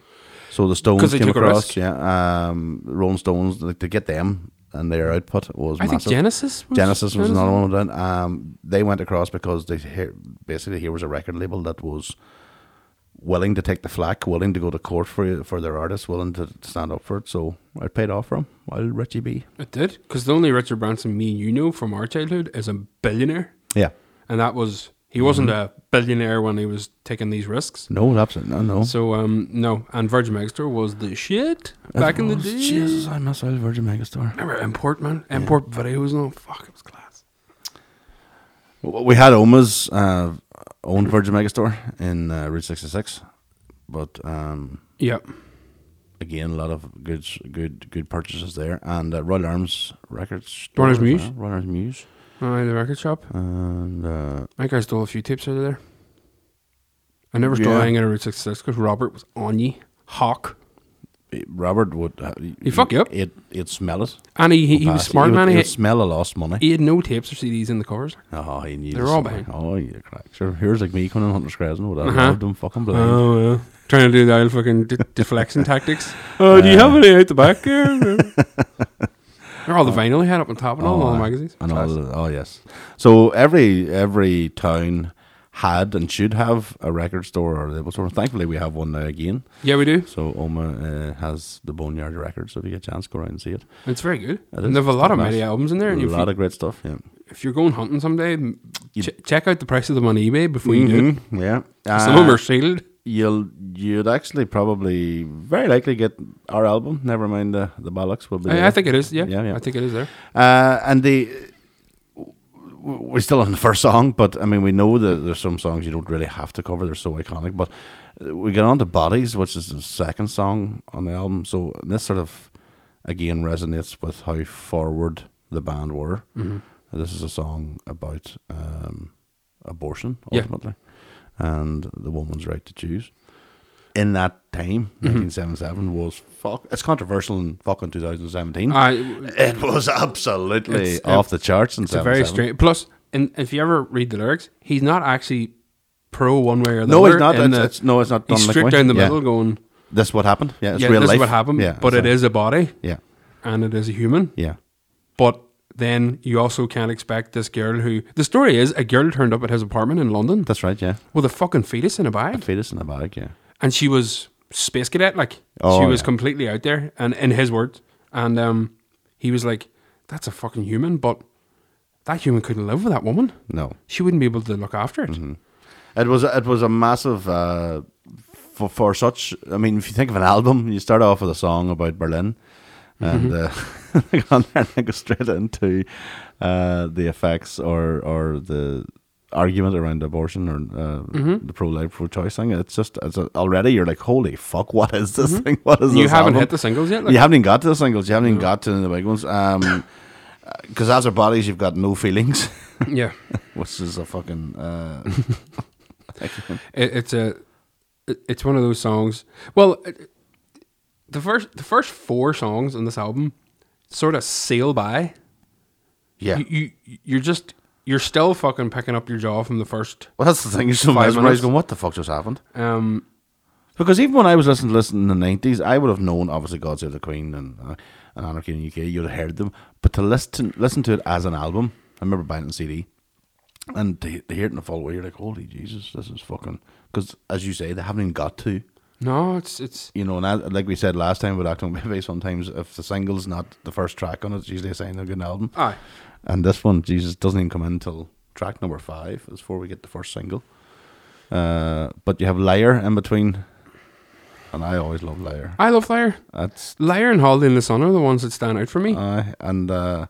H: So the Stones
I: 'Cause they
H: came
I: took a
H: across,
I: risk.
H: yeah. Um, Rolling Stones, like, to get them and their output was
I: I think
H: massive.
I: Genesis. Was,
H: Genesis was another one of them. Um, they went across because they hear, basically here was a record label that was willing to take the flack, willing to go to court for for their artists, willing to stand up for it. So I paid off for him. While Richie B.
I: It did. Because the only Richard Branson me and you know from our childhood is a billionaire.
H: Yeah.
I: And that was, he wasn't a
H: Mm-hmm.
I: billionaire when he was taking these risks.
H: No, absolutely. No, no.
I: So, um, no. And Virgin Megastore was the shit back in the day.
H: Oh, Jesus, I miss out Virgin Megastore.
I: Remember import, man? Import videos and all. Fuck, it was class.
H: W- We had Oma's uh, own Virgin Megastore in uh, Route 66, but um,
I: Yep.
H: again, a lot of good, good, good purchases there. And uh, Royal Arms Records,
I: Royal Arms
H: Store as
I: Muse.
H: well, Royal Arms Muse,
I: Aye, the record shop.
H: and uh,
I: I think I stole a few tapes out of there. I never stole
H: Yeah.
I: anything out of Route 66 because Robert was on ye. Hawk.
H: eh, Robert would. Uh,
I: He fuck you up.
H: It, it smell it.
I: And he, he, he
H: Pass
I: was
H: it.
I: smart,
H: he
I: man.
H: Would,
I: He,
H: he would smell a lost money.
I: he had no tapes or CDs in the covers.
H: oh, he knew.
I: They're
H: the
I: all
H: smell.
I: behind.
H: Oh, you crack. Sure, here's like me coming on Hunter's Crescent. Would I
I: Uh-huh.
H: loved him fucking blind?
I: Oh, yeah. Trying to do the old fucking de- deflection tactics. (laughs) Oh, do you have any out the back (laughs) there? Oh. They're all the vinyl he had up on top and all, all the
H: aye.
I: magazines.
H: And all the- oh yes. So every every town had and should have a record store or a label store. Thankfully, we have one now again.
I: Yeah, we do.
H: So Oma uh, has the Boneyard Records. So if you get a chance, go around and see it.
I: It's very good.
H: It
I: and
H: is
I: they have a lot of
H: nice.
I: mighty albums in there.
H: A
I: And if,
H: lot
I: you,
H: of great stuff. Yeah.
I: if you're going hunting someday, m-
H: You-
I: ch- check out the price of them on eBay before you do.
H: Mhm, Yeah.
I: Some of them
H: Uh,
I: are sealed.
H: You'll you'd actually probably very likely get our album. Never mind the the bollocks will be.
I: I, I
H: there.
I: think it is. Yeah.
H: Yeah, yeah.
I: I think it is
H: (laughs)
I: there.
H: Uh, and the we're still on the first song, but I mean we know that there's some songs you don't really have to cover; they're so iconic. But uh, we get on to "Bodies," which is the second song on the album. So this sort of again resonates with how forward the band were. This is a song about um, abortion
I: Yeah.
H: ultimately, and the woman's right to choose. In that time, 1977 was fuck. It's controversial in fucking 2017.
I: I,
H: It was absolutely
I: It's-
H: off the charts. In
I: it's a very
H: 77.
I: strange. Plus, and if you ever read the lyrics, he's not actually pro one way or the
H: No,
I: other.
H: he's not.
I: in
H: It's,
I: the-
H: it's, no, it's not.
I: he's
H: done
I: straight
H: like
I: down the
H: yeah.
I: middle going,
H: That's what happened. Yeah, it's
I: yeah,
H: real
I: this
H: life.
I: is what happened,
H: Yeah,
I: but it
H: so-
I: is a body.
H: Yeah,
I: and it is a human.
H: yeah,
I: But then you also can't expect this girl who the story is a girl turned up at his apartment in London
H: that's right. Yeah,
I: with a fucking fetus in a bag,
H: fetus in a bag. Yeah,
I: and she was space cadet, like
H: Oh,
I: she was
H: yeah.
I: completely out there, and in his words, and um, he was like, "That's a fucking human," but that human couldn't live with that woman.
H: no,
I: She wouldn't be able to look after it.
H: Mm-hmm. it was it was a massive uh, for for such. I mean, if you think of an album, you start off with a song about Berlin,
I: Mm-hmm.
H: and uh, (laughs) they go on there and they go straight into uh, the effects or or the argument around abortion or uh,
I: Mm-hmm.
H: the pro-life pro-choice thing. It's just it's a, already you're like, holy fuck, what is this thing? What is
I: Mm-hmm. You
H: this?
I: haven't
H: album?
I: hit the singles yet. Like,
H: you haven't even got to the singles. You haven't even got to the big ones.
I: (coughs)
H: Um, because as our bodies, you've got no feelings,
I: (laughs)
H: (laughs)
I: yeah.
H: which is a fucking. Uh,
I: it, it's a it- it's one of those songs well it- the first the first four songs on this album sort of sail by
H: yeah.
I: you, you you're just you're still fucking picking up your jaw from the first
H: Well, that's the thing. You're so
I: Five
H: mesmerized
I: minutes.
H: going, what the fuck just happened?
I: um
H: Because even when I was listening to this in the 90s, I would have known, obviously, God Save the Queen and, uh, and Anarchy in the UK. You'd have heard them. But to listen, listen to it as an album, I remember buying it on CD. And to, to hear it in the full way, you're like, holy Jesus, this is fucking. Because, as you say, they haven't even got to.
I: no it's it's
H: you know, and I, like we said last time with (laughs) Acton Baby, sometimes if the single's not the first track on it, it's usually a sign of a good album.
I: aye
H: And this one, Jesus, doesn't even come in until track number five, is before we get the first single. Uh, but you have Liar in between, and I always love Liar.
I: I love Liar
H: That's
I: Liar and Holiday in the Sun are the ones that stand out for me
H: uh, and uh,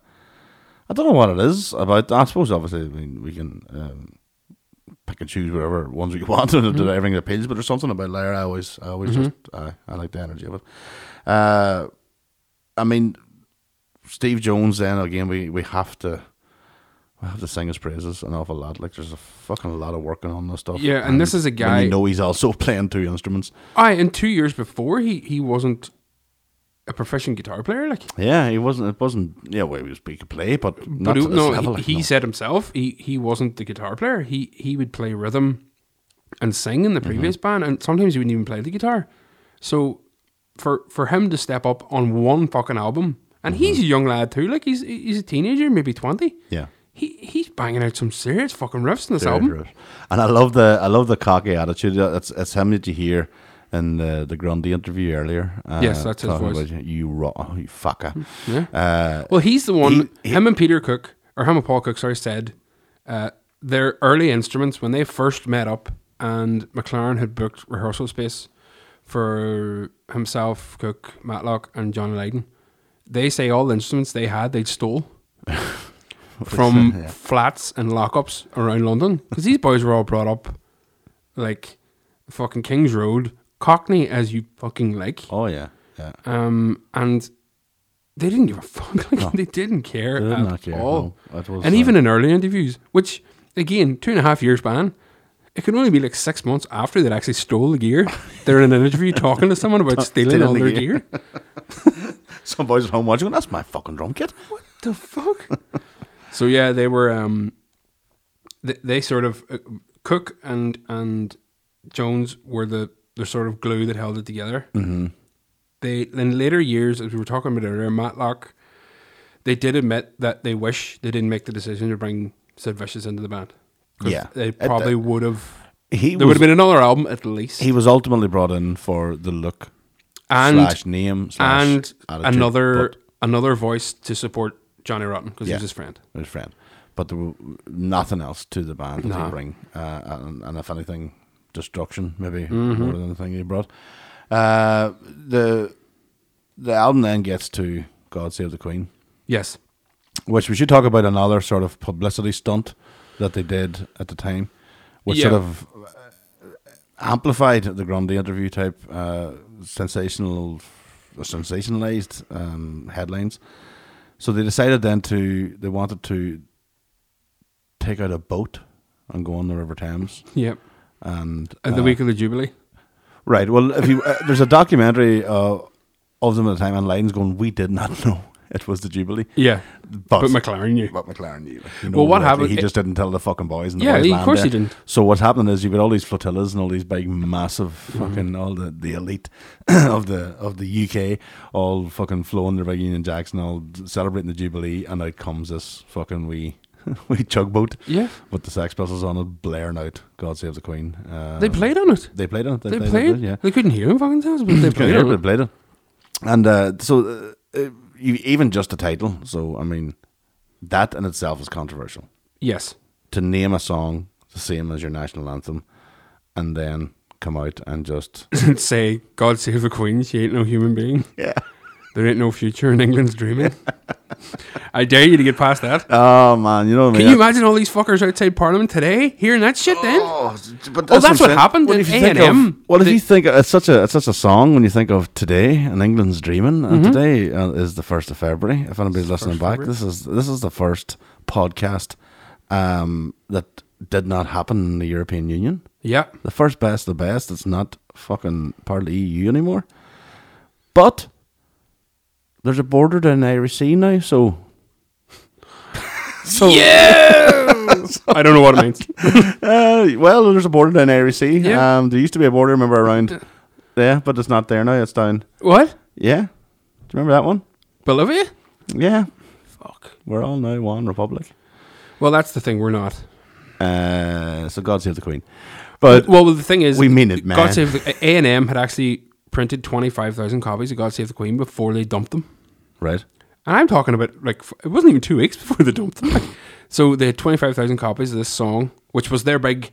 H: I don't know what it is about. I suppose obviously I mean, we can um, pick and choose whatever ones we (laughs) want and
I: Mm-hmm.
H: do everything that appeals. But there's something about Lair. I always, I always just, I, I like the energy of it. Uh, I mean, Steve Jones. Then again, we we have to. we have to sing his praises an awful lot. Like there's a fucking lot of working on this stuff.
I: Yeah, and this is a
H: when
I: guy-
H: you know he's also (laughs) playing two instruments.
I: aye and two years before he he wasn't a proficient guitar player like
H: Yeah, he wasn't. It wasn't. Yeah, well, he was he could play, but
I: But
H: not to
I: who-
H: this
I: no,
H: level.
I: he,
H: like,
I: he
H: no.
I: said himself he, he wasn't the guitar player. He he would play rhythm and sing in the
H: Mm-hmm.
I: previous band, and sometimes he wouldn't even play the guitar. So for for him to step
H: Mm-hmm.
I: up on one fucking album, and he's a young lad too, like he's he's a teenager, maybe twenty.
H: Yeah.
I: he he's banging out some serious fucking riffs in this
H: They're
I: album.
H: great. And I love the I love the cocky attitude. It's it's him that you hear in the the Grundy interview earlier. Uh,
I: Yes, that's his
H: talking
I: voice. Hmm.
H: about you raw, you fucker.
I: Yeah.
H: Uh,
I: Well, he's the one.
H: He- he-
I: him and Peter Cook, or him and Paul Cook, sorry, said uh, their early instruments when they first met up, and McLaren had booked rehearsal space for himself, Cook, Matlock, and Johnny Lydon. They say all the instruments they had they stole
H: (laughs)
I: from
H: uh,
I: flats and lockups around London because these boys were all brought up like fucking Kings Road, Cockney as you fucking like.
H: oh yeah, yeah.
I: Um, and they didn't give a fuck. (laughs) Like,
H: No.
I: They didn't care
H: They did
I: at
H: not care,
I: all.
H: no. It was,
I: and even
H: uh,
I: in early interviews, which again, two and a half years ban, it can only be like six months after they'd actually stole the
H: (laughs)
I: gear. They're in an interview talking to someone about stealing,
H: stealing
I: all
H: the
I: their
H: gear.
I: gear.
H: Some boys at home watching. going, That's my fucking drum kit.
I: the fuck? so yeah, they were. Um, they, they sort of uh, Cook and and Jones were the the sort of glue that held it together. Mm-hmm. They in later years, as we were talking about earlier, Matlock, they did admit that they wish they didn't make the decision to bring Sid Vicious into the band. 'Cause
H: Yeah.
I: they
H: It-
I: probably
H: it-
I: would have.
H: (laughs) He
I: There would
H: was
I: have been another album at least,
H: he was ultimately brought in for the look
I: and
H: slash name slash
I: and
H: attitude,
I: another
H: but-
I: another voice to support Johnny Rotten because he
H: Yeah.
I: was his friend.
H: with his friend. But there were nothing else to the band that
I: Nah.
H: he bring, uh, and, and if anything, destruction maybe more than anything he brought. Uh, the the album then gets to God Save the Queen,
I: Yes,
H: which we should talk about another sort of publicity stunt that they did at the time, which
I: Yeah.
H: sort of uh, amplified the Grundy interview type uh, sensational, uh, sensationalized um, headlines. So they decided then to they wanted to take out a boat and go on the River Thames
I: yep.
H: and
I: At the
H: uh,
I: week of the Jubilee.
H: Right. Well, if you uh, there's a documentary uh, of them at the time, and Lyons going, we did not (laughs) know it was the Jubilee.
I: Yeah.
H: But,
I: But McLaren knew.
H: But McLaren knew.
I: Well, what happened-
H: He just didn't tell the fucking boys. And the
I: Yeah,
H: boys
I: he- of
H: land
I: course
H: there.
I: he didn't.
H: So what's happening is you've got all these flotillas and all these big, massive
I: Hmm.
H: fucking all the, the elite (clears throat) of the of the UK all fucking flowing their big Union Jacks and all celebrating the Jubilee, and out comes this fucking wee (laughs) wee tugboat.
I: Yeah.
H: With the Sex Pistols on it, blaring out "God Save the Queen." Uh,
I: They played on it.
H: They played on it.
I: They, played.
H: it, yeah.
I: They couldn't hear him fucking
H: (laughs)
I: sounds, but they
H: Couldn't
I: played
H: hear it,
I: on
H: but
I: it.
H: they played it. And uh, so, uh, uh, you, even just the title. So, I mean, that in itself is controversial.
I: Yes. (laughs)
H: To name a song the same as your national anthem, and then come out
I: (laughs)
H: and just
I: Say, God save the Queen, she ain't no human being.
H: (laughs) yeah.
I: There ain't no future in England's
H: (laughs)
I: dreaming. I dare you to get past that.
H: Oh man, you know what
I: Can
H: I mean?
I: you imagine all these fuckers outside Parliament today hearing that shit then?
H: Oh, but
I: that's
H: I'm
I: what
H: saying.
I: happened
H: Well,
I: in
H: if you think
I: A&M.
H: of- Well, if
I: They-
H: you think it's such a it's such a song when you think of today and England's dreaming, and today uh, is the first of February. If anybody's listening back,
I: February.
H: this is this is the first podcast um, that did not happen in the European Union. (laughs)
I: Yeah.
H: The first best, of the best. It's not fucking part of the EU anymore. But there's a border to an Irish Sea now, so. So,
I: I don't know what it
H: (laughs)
I: means.
H: Uh, well, there's a border down Irish Sea.
I: Yeah.
H: Um, there used to be a border, remember, around there, but it's not there now. It's down.
I: what?
H: Yeah. Do you remember that one?
I: Bolivia?
H: Yeah.
I: Fuck.
H: We're all now one republic.
I: Well, that's the thing. We're not.
H: Uh, so God save the Queen. But
I: Well, the thing is,
H: We mean it, man.
I: God save the A and M had actually printed twenty five thousand copies of God Save the Queen before they dumped them.
H: right.
I: And I'm talking about like f- it wasn't even two weeks (laughs) before they dumped them. Like, so they had 25,000 copies of this song, which was their big.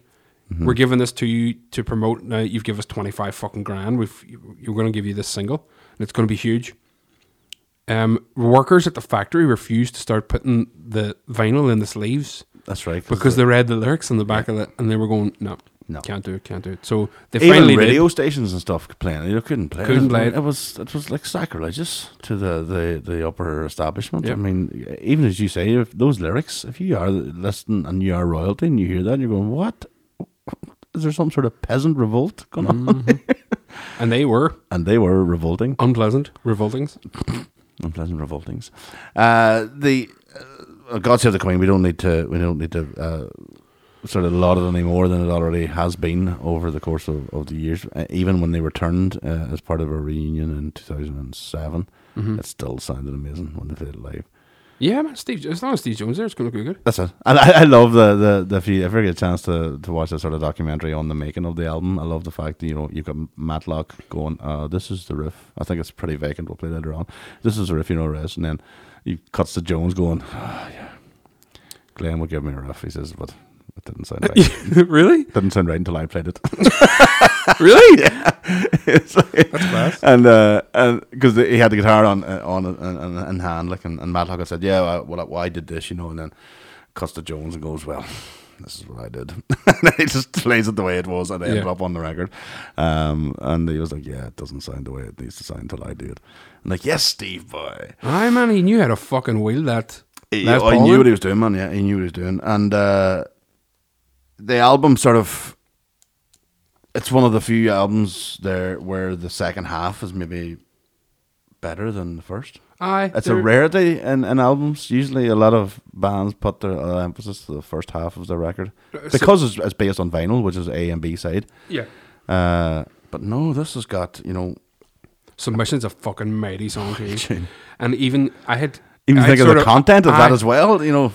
H: Mm-hmm.
I: We're giving this to you to promote. Now you've given us 25 fucking grand. We've you- you're going to give you this single, and it's going to be huge. Um, workers at the factory refused to start putting the vinyl in the sleeves
H: That's right.
I: because they read the lyrics on the back of it, and they were going, "No,
H: No.
I: can't do it, can't do it." So they
H: even
I: finally
H: radio
I: did.
H: stations and stuff playing. You couldn't play.
I: Couldn't
H: it.
I: play it.
H: It was it was like sacrilegious to the the, the upper establishment. I
I: Yep.
H: mean, even as you say, if those lyrics, if you are listening and you are royalty and you hear that, you're going, what? Is there some sort of peasant revolt going on?
I: Mm-hmm. and they were
H: (laughs) And they were revolting,
I: unpleasant, revolting.
H: unpleasant revoltings. Uh, the uh, God Save the Queen. We don't need to. We don't need to uh, sort of laud it any more than it already has been over the course of, of the years. Uh, even when they returned uh, as part of a reunion in two thousand and seven, it still sounded amazing when they played it live.
I: Yeah, man. Steve, as long as Steve Jones there, it's going to go good.
H: That's it. And I, I love the, the, the if you ever get a chance to, to watch that sort of documentary on the making of the album, I love the fact that you know you've got Matlock going, uh, this is the riff. I think it's pretty vacant. We'll play later on. This is the riff, you know, rest. And then he cuts to Jones going, ah, yeah. Glenn will give me a riff. He says, but it didn't sound
I: (laughs)
H: right.
I: really?
H: didn't sound right until I played it.
I: Really?
H: (laughs) It's like- And uh, and because he had the guitar on uh, on and, and, and hand, like, and, and Matlock had said, "Yeah, I, well, I, well, I did this, you know," and then Custer Jones and goes, "Well, this is what I did," (laughs) and he just plays it the way it was, and it ended
I: Yeah.
H: up on the record. Um, and he was like, "Yeah, it doesn't sound the way it needs to sound until I do it." And like, "Yes, Steve boy."
I: Aye, man. He knew how to fucking wheel that.
H: He,
I: Les
H: oh, he
I: Paul
H: knew
I: in.
H: what he was doing, man. Yeah, he knew what he was doing. And uh, the album sort of. It's one of the few albums there where the second half is maybe better than the first.
I: Aye.
H: It's a
I: there-
H: rarity in, in albums. Usually, a lot of bands put their uh, emphasis to the first half of their record
I: Uh, so-
H: because it's, it's based on vinyl, which is A and B side.
I: Yeah.
H: Uh, but no, this has got you know
I: Submission's a fucking mighty song,
H: (laughs)
I: too. and even I had.
H: even
I: I
H: think of
I: sort
H: the content of that
I: aye,
H: as well. You know,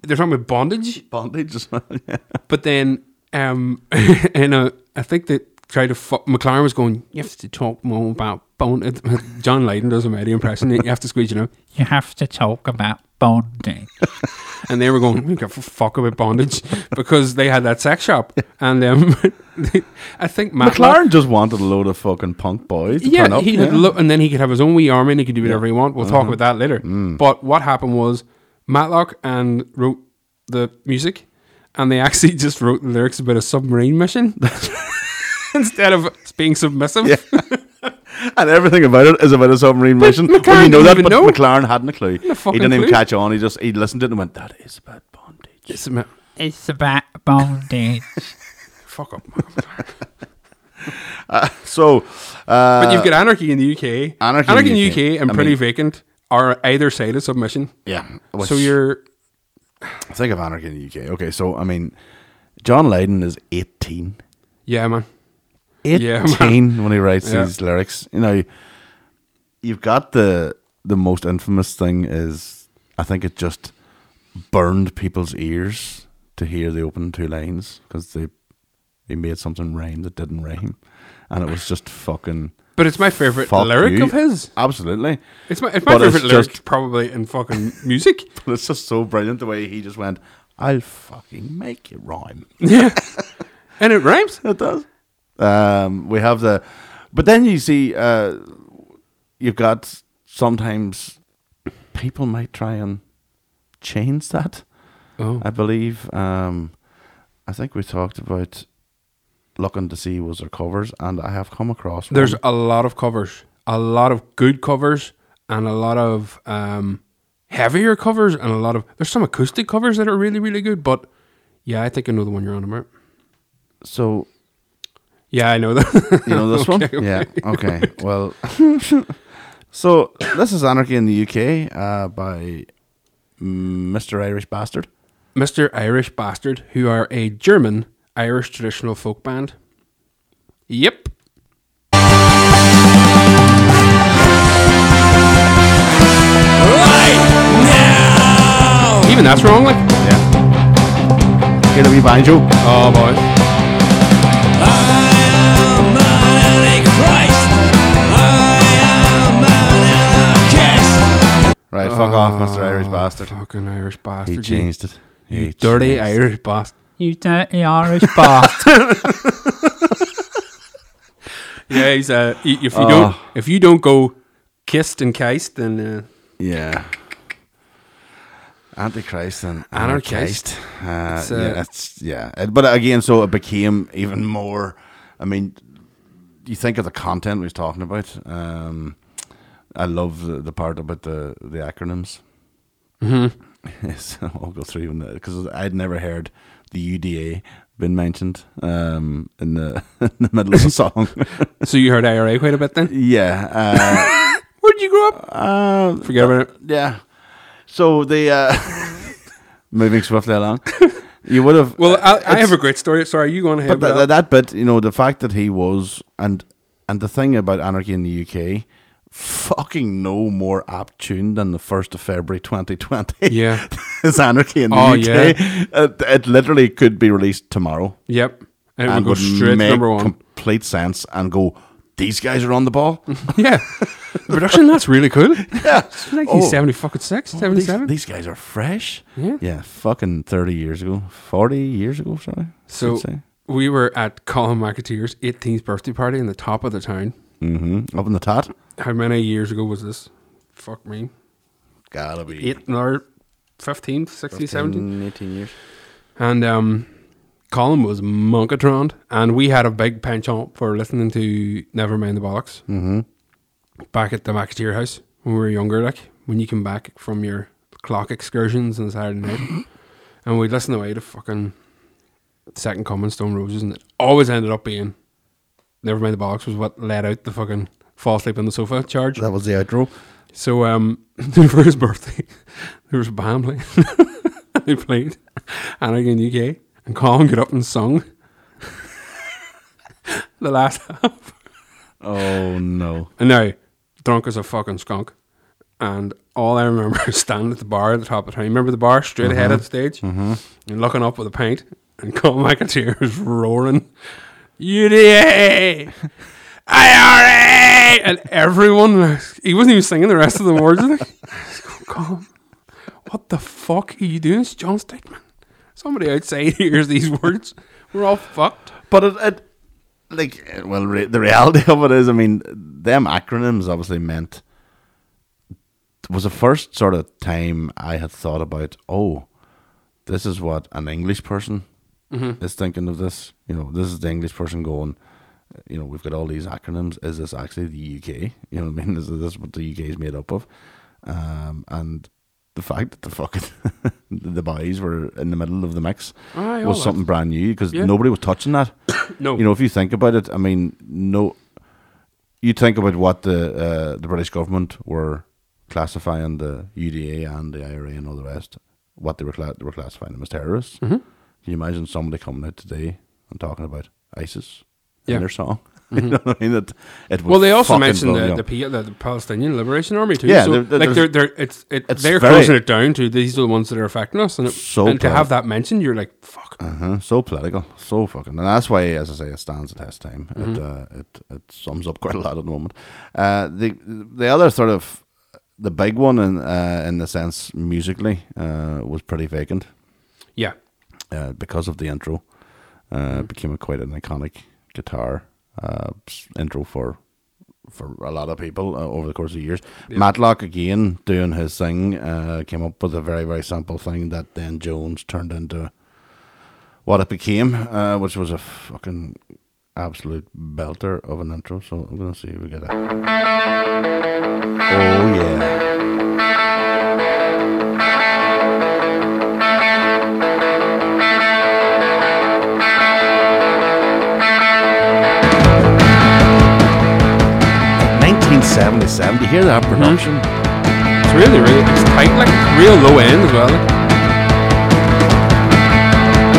I: They're talking about bondage.
H: bondage. as well, (laughs) yeah.
I: But then, um, (laughs) and uh, I think they tried to fuck. McLaren was going, You have to talk more about bone. (laughs) John Lydon does a mighty impression. eh? You have to squeeze, you know.
K: You have to talk about bonding.
I: And they were going, We don't give a fuck about bondage (laughs) because they had that sex shop. And um, (laughs) they, I think Matlock.
H: McLaren just wanted a load of fucking punk boys. To turn
I: Yeah,
H: up,
I: he
H: yeah. Uh-huh.
I: could look, and then he could have his own wee army, and he could do whatever he want. We'll talk about that later.
H: Mm.
I: But what happened was Matlock and wrote the music, and they (laughs) actually just wrote the lyrics about a submarine mission (laughs) instead of being submissive.
H: and everything about it is about a submarine mission.
I: McLaren
H: Well, you know
I: didn't
H: that,
I: even
H: but
I: know.
H: McLaren hadn't a clue. he
I: fucking
H: didn't even
I: clue.
H: catch on. He just he listened to it and went, "That is about bondage."
I: It's ama-
K: It's about bonding.
I: fuck up. (laughs) man.
H: So, uh,
I: But you've got anarchy in the UK,
H: Anarchy in
I: in
H: the
I: the
H: UK.
I: UK, and
H: I
I: pretty
H: mean-
I: vacant are either side of submission.
H: yeah.
I: So
H: which-
I: you're
H: Think of Anarchy in the UK. Okay, so I mean, John Lydon is eighteen.
I: yeah, man. Yeah, (laughs) man.
H: Eighteen when he writes
I: Yeah.
H: these lyrics. You know, you've got the the most infamous thing is I think it just burned people's ears to hear the opening two lines because they they made something rhyme that didn't rhyme, and it was just fucking
I: But it's my favorite
H: fuck
I: lyric
H: you.
I: of his.
H: Absolutely, (laughs)
I: It's my, it's my
H: But it's
I: favorite lyric,
H: just-
I: probably in fucking music.
H: it's just so brilliant the way he just went. I'll fucking make it rhyme.
I: yeah, and it rhymes.
H: It does. Um, we have the, but then you see, uh, you've got sometimes people might try and change that.
I: Oh.
H: I believe. Um, I think we talked about looking to see was there covers, and I have come across.
I: There's
H: one.
I: a lot of covers, a lot of good covers, and a lot of um, heavier covers, and a lot of there's some acoustic covers that are really really good. But yeah, I think I know the one you're on about.
H: so
I: Yeah, I know (laughs) that.
H: you know this
I: Okay,
H: one. Yeah. Okay. Well. (laughs) so this is Anarchy in the UK uh, by Mr. Irish Bastard.
I: Mr. Irish Bastard, who are a German Irish traditional folk band. Yep. Even that's wrong, like.
H: Yeah. Here to be banjo.
I: Oh boy.
H: Right, fuck off, Mr. Irish bastard.
I: Fucking Irish bastard.
H: He
I: Oh, you
H: changed it. He
I: Dirty
H: changed it.
I: Irish bastard.
K: You dirty Irish bastard.
I: Yeah, he's uh, i- if you don't if you don't go kissed and kissed, then uh,
H: Yeah. Antichrist and
I: Anarchist. It's,
H: anarchist. Uh, yeah,
I: uh,
H: that's yeah. Uh, But again, so it became even more. I mean, you think of the content we was talking about. Um, I love the, the part about the the acronyms.
I: Mm-hmm.
H: (laughs) yes, I'll go through because I'd never heard the UDA been mentioned um, in the (laughs) in the middle of the song.
I: so you heard IRA quite a bit then. (laughs)
H: yeah.
I: Where did you grow up?
H: Uh, uh,
I: Forget about it.
H: yeah. So the uh, (laughs) moving swiftly along, you would have.
I: Well,
H: uh,
I: I, I have
H: it's-
I: a great story. Sorry, you going ahead?
H: But
I: with
H: that, that bit, you know, the fact that he was, and and the thing about anarchy in the UK fucking no more apt tune than the 1st of February 2020. (laughs)
I: Yeah.
H: it's anarchy in the
I: Oh,
H: UK. It, it literally could be released tomorrow.
I: Yep. And it would go
H: would
I: straight to
H: make
I: number one.
H: complete sense and go, these guys are on the ball.
I: (laughs) Yeah. The production, that's really cool.
H: (laughs) yeah.
I: Like
H: Oh.
I: he's 70 fucking six,
H: Oh, these,
I: 77.
H: these guys are fresh.
I: Yeah.
H: Yeah, fucking 30 years ago. 40 years ago, sorry.
I: so we were at Colin McAteer's 18th birthday party in the top of the town.
H: Mm-hmm. Up in the tot.
I: How many years ago was this? Fuck me.
H: Gotta be.
I: Eight or 15, 16, 17?
L: 18 years.
I: And um, Colin was monkatroned, and we had a big penchant for listening to Nevermind the Bollocks
H: Mm-hmm.
I: back at the McAteer house when we were younger, like when you came back from your clock excursions on a Saturday night. and we'd listen away to fucking Second Coming, Stone Roses, and it always ended up being Nevermind the Bollocks was what led out the fucking fall asleep on the sofa charge.
H: That was the outro.
I: So um, (laughs) for his birthday, (laughs) there was a band playing. (laughs) they played Anakin UK, and Colin got up and sung (laughs) the last half.
H: Oh, no.
I: And now, drunk as a fucking skunk. And all I remember (laughs) is standing at the bar at the top of the town. Remember the bar straight ahead of the stage? And looking up with a pint, and (laughs) Colin McAteer was roaring, UDA! IRA! And everyone, was- he wasn't even singing the rest of the words. I (laughs) think. Just go, Colin, what the fuck are you doing? It's John Stickman. Somebody outside (laughs) hears these words. We're all fucked.
H: But it, it like, eh, well, re- the reality (laughs) of it is, I mean, them acronyms obviously meant was the first sort of time I had thought about, oh, this is what an English person
I: Mhm.
H: is thinking of this. You know, this is the English person going. You know, we've got all these acronyms. Is this actually the UK? (laughs) You know what I mean? Is this what the UK is made up of? Um, and the fact that the fucking (laughs) the boys were in the middle of the mix
I: Aye, all
H: was
I: that.
H: something brand new because
I: Yeah.
H: nobody was touching that.
I: No.
H: You know, if you think about it, I mean, no. You think about what the uh, the British government were classifying the UDA and the IRA and all the rest. What they were cla- they were classifying them as terrorists.
I: Mhm.
H: Can you imagine somebody coming out today and talking about ISIS
I: Yeah. Mm-hmm.
H: in their song? (laughs) you know what I mean? That it would
I: Well, they also
H: fucking
I: mentioned
H: blow me
I: the,
H: up.
I: the, P- the, the Palestinian Liberation Army too.
H: Yeah,
I: so,
H: there- there-
I: like they're,
H: there's-
I: they're it's it,
H: it's
I: they're
H: very-
I: closing it down to these are the ones that are affecting us, and, it,
H: So
I: and to
H: bad.
I: have that mentioned, you're like fuck.
H: Uh-huh. So political, so fucking, and that's why, as I say, it stands the test of time. It, uh, it it sums up (laughs) quite a lot at the moment. Uh, the the other sort of the big one in uh, in the sense musically uh, was pretty vacant
I: Yeah,
H: uh, because of the intro. Uh, It became a, quite an iconic guitar uh, s- intro for for a lot of people uh, over the course of years. Matlock again doing his thing uh, came up with a very very simple thing that then Jones turned into what it became, uh, which was a fucking absolute belter of an intro. So I'm gonna see if we get that. Oh yeah. Nineteen seventy seven. Do you hear that production?
I: it's really really it's tight, like it's real low end as well. Like.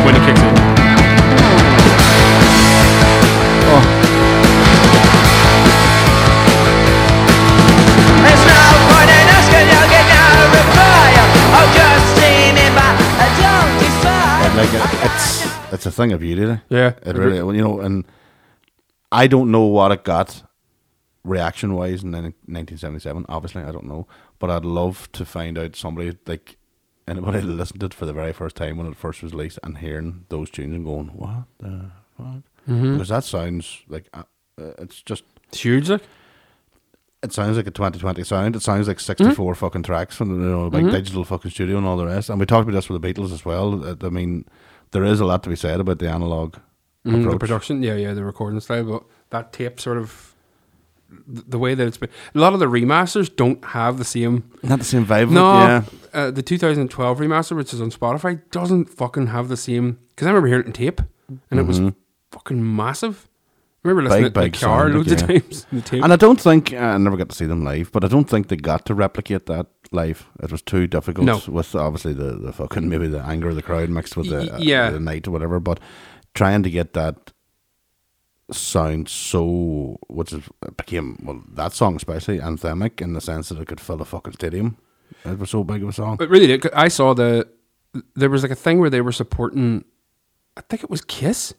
I: When it kicks in,
H: It- like it- it's it's a thing of beauty. like.
I: Yeah.
H: it really. well, You know, and I don't know what it got reaction wise in nin- 1977. Obviously, I don't know, but I'd love to find out somebody like anybody that listened to it for the very first time when it first was released and hearing those tunes and going, "What the fuck?" Because that sounds like uh, uh, it's just.
I: it's huge. Like
H: It sounds like a 2020 sound. It sounds
I: Mm-hmm.
H: like 64 fucking tracks from the you know, like digital fucking studio and all the rest. And we talked about this with the Beatles as well. that, I mean, there is a lot to be said about the analog
I: Mm, the
H: approach.
I: production, yeah, yeah, the recording style, but that tape sort of th- the way that it's been. A lot of the remasters don't have the same
H: Not the same vibe.
I: No,
H: yeah.
I: uh, the 2012 remaster, which is on Spotify, doesn't fucking have the same. Because I remember hearing it in tape, and it was fucking massive. I remember listening
H: Mm-hmm.
I: to
H: Big,
I: it in
H: big
I: the car
H: sound,
I: loads of
H: yeah.
I: times. The tape.
H: And I don't think uh, I never got to see them live, but I don't think they got to replicate that live. It was too difficult
I: No.
H: with obviously the, the fucking maybe the anger of the crowd mixed with
I: Y-
H: the,
I: yeah.
H: the night or whatever. But trying to get that sound so, which is, it became well that song especially anthemic in the sense that it could fill a fucking stadium. It was so big of a song.
I: But really, did, 'cause I saw the there was like a thing where they were supporting. I think it was Kiss.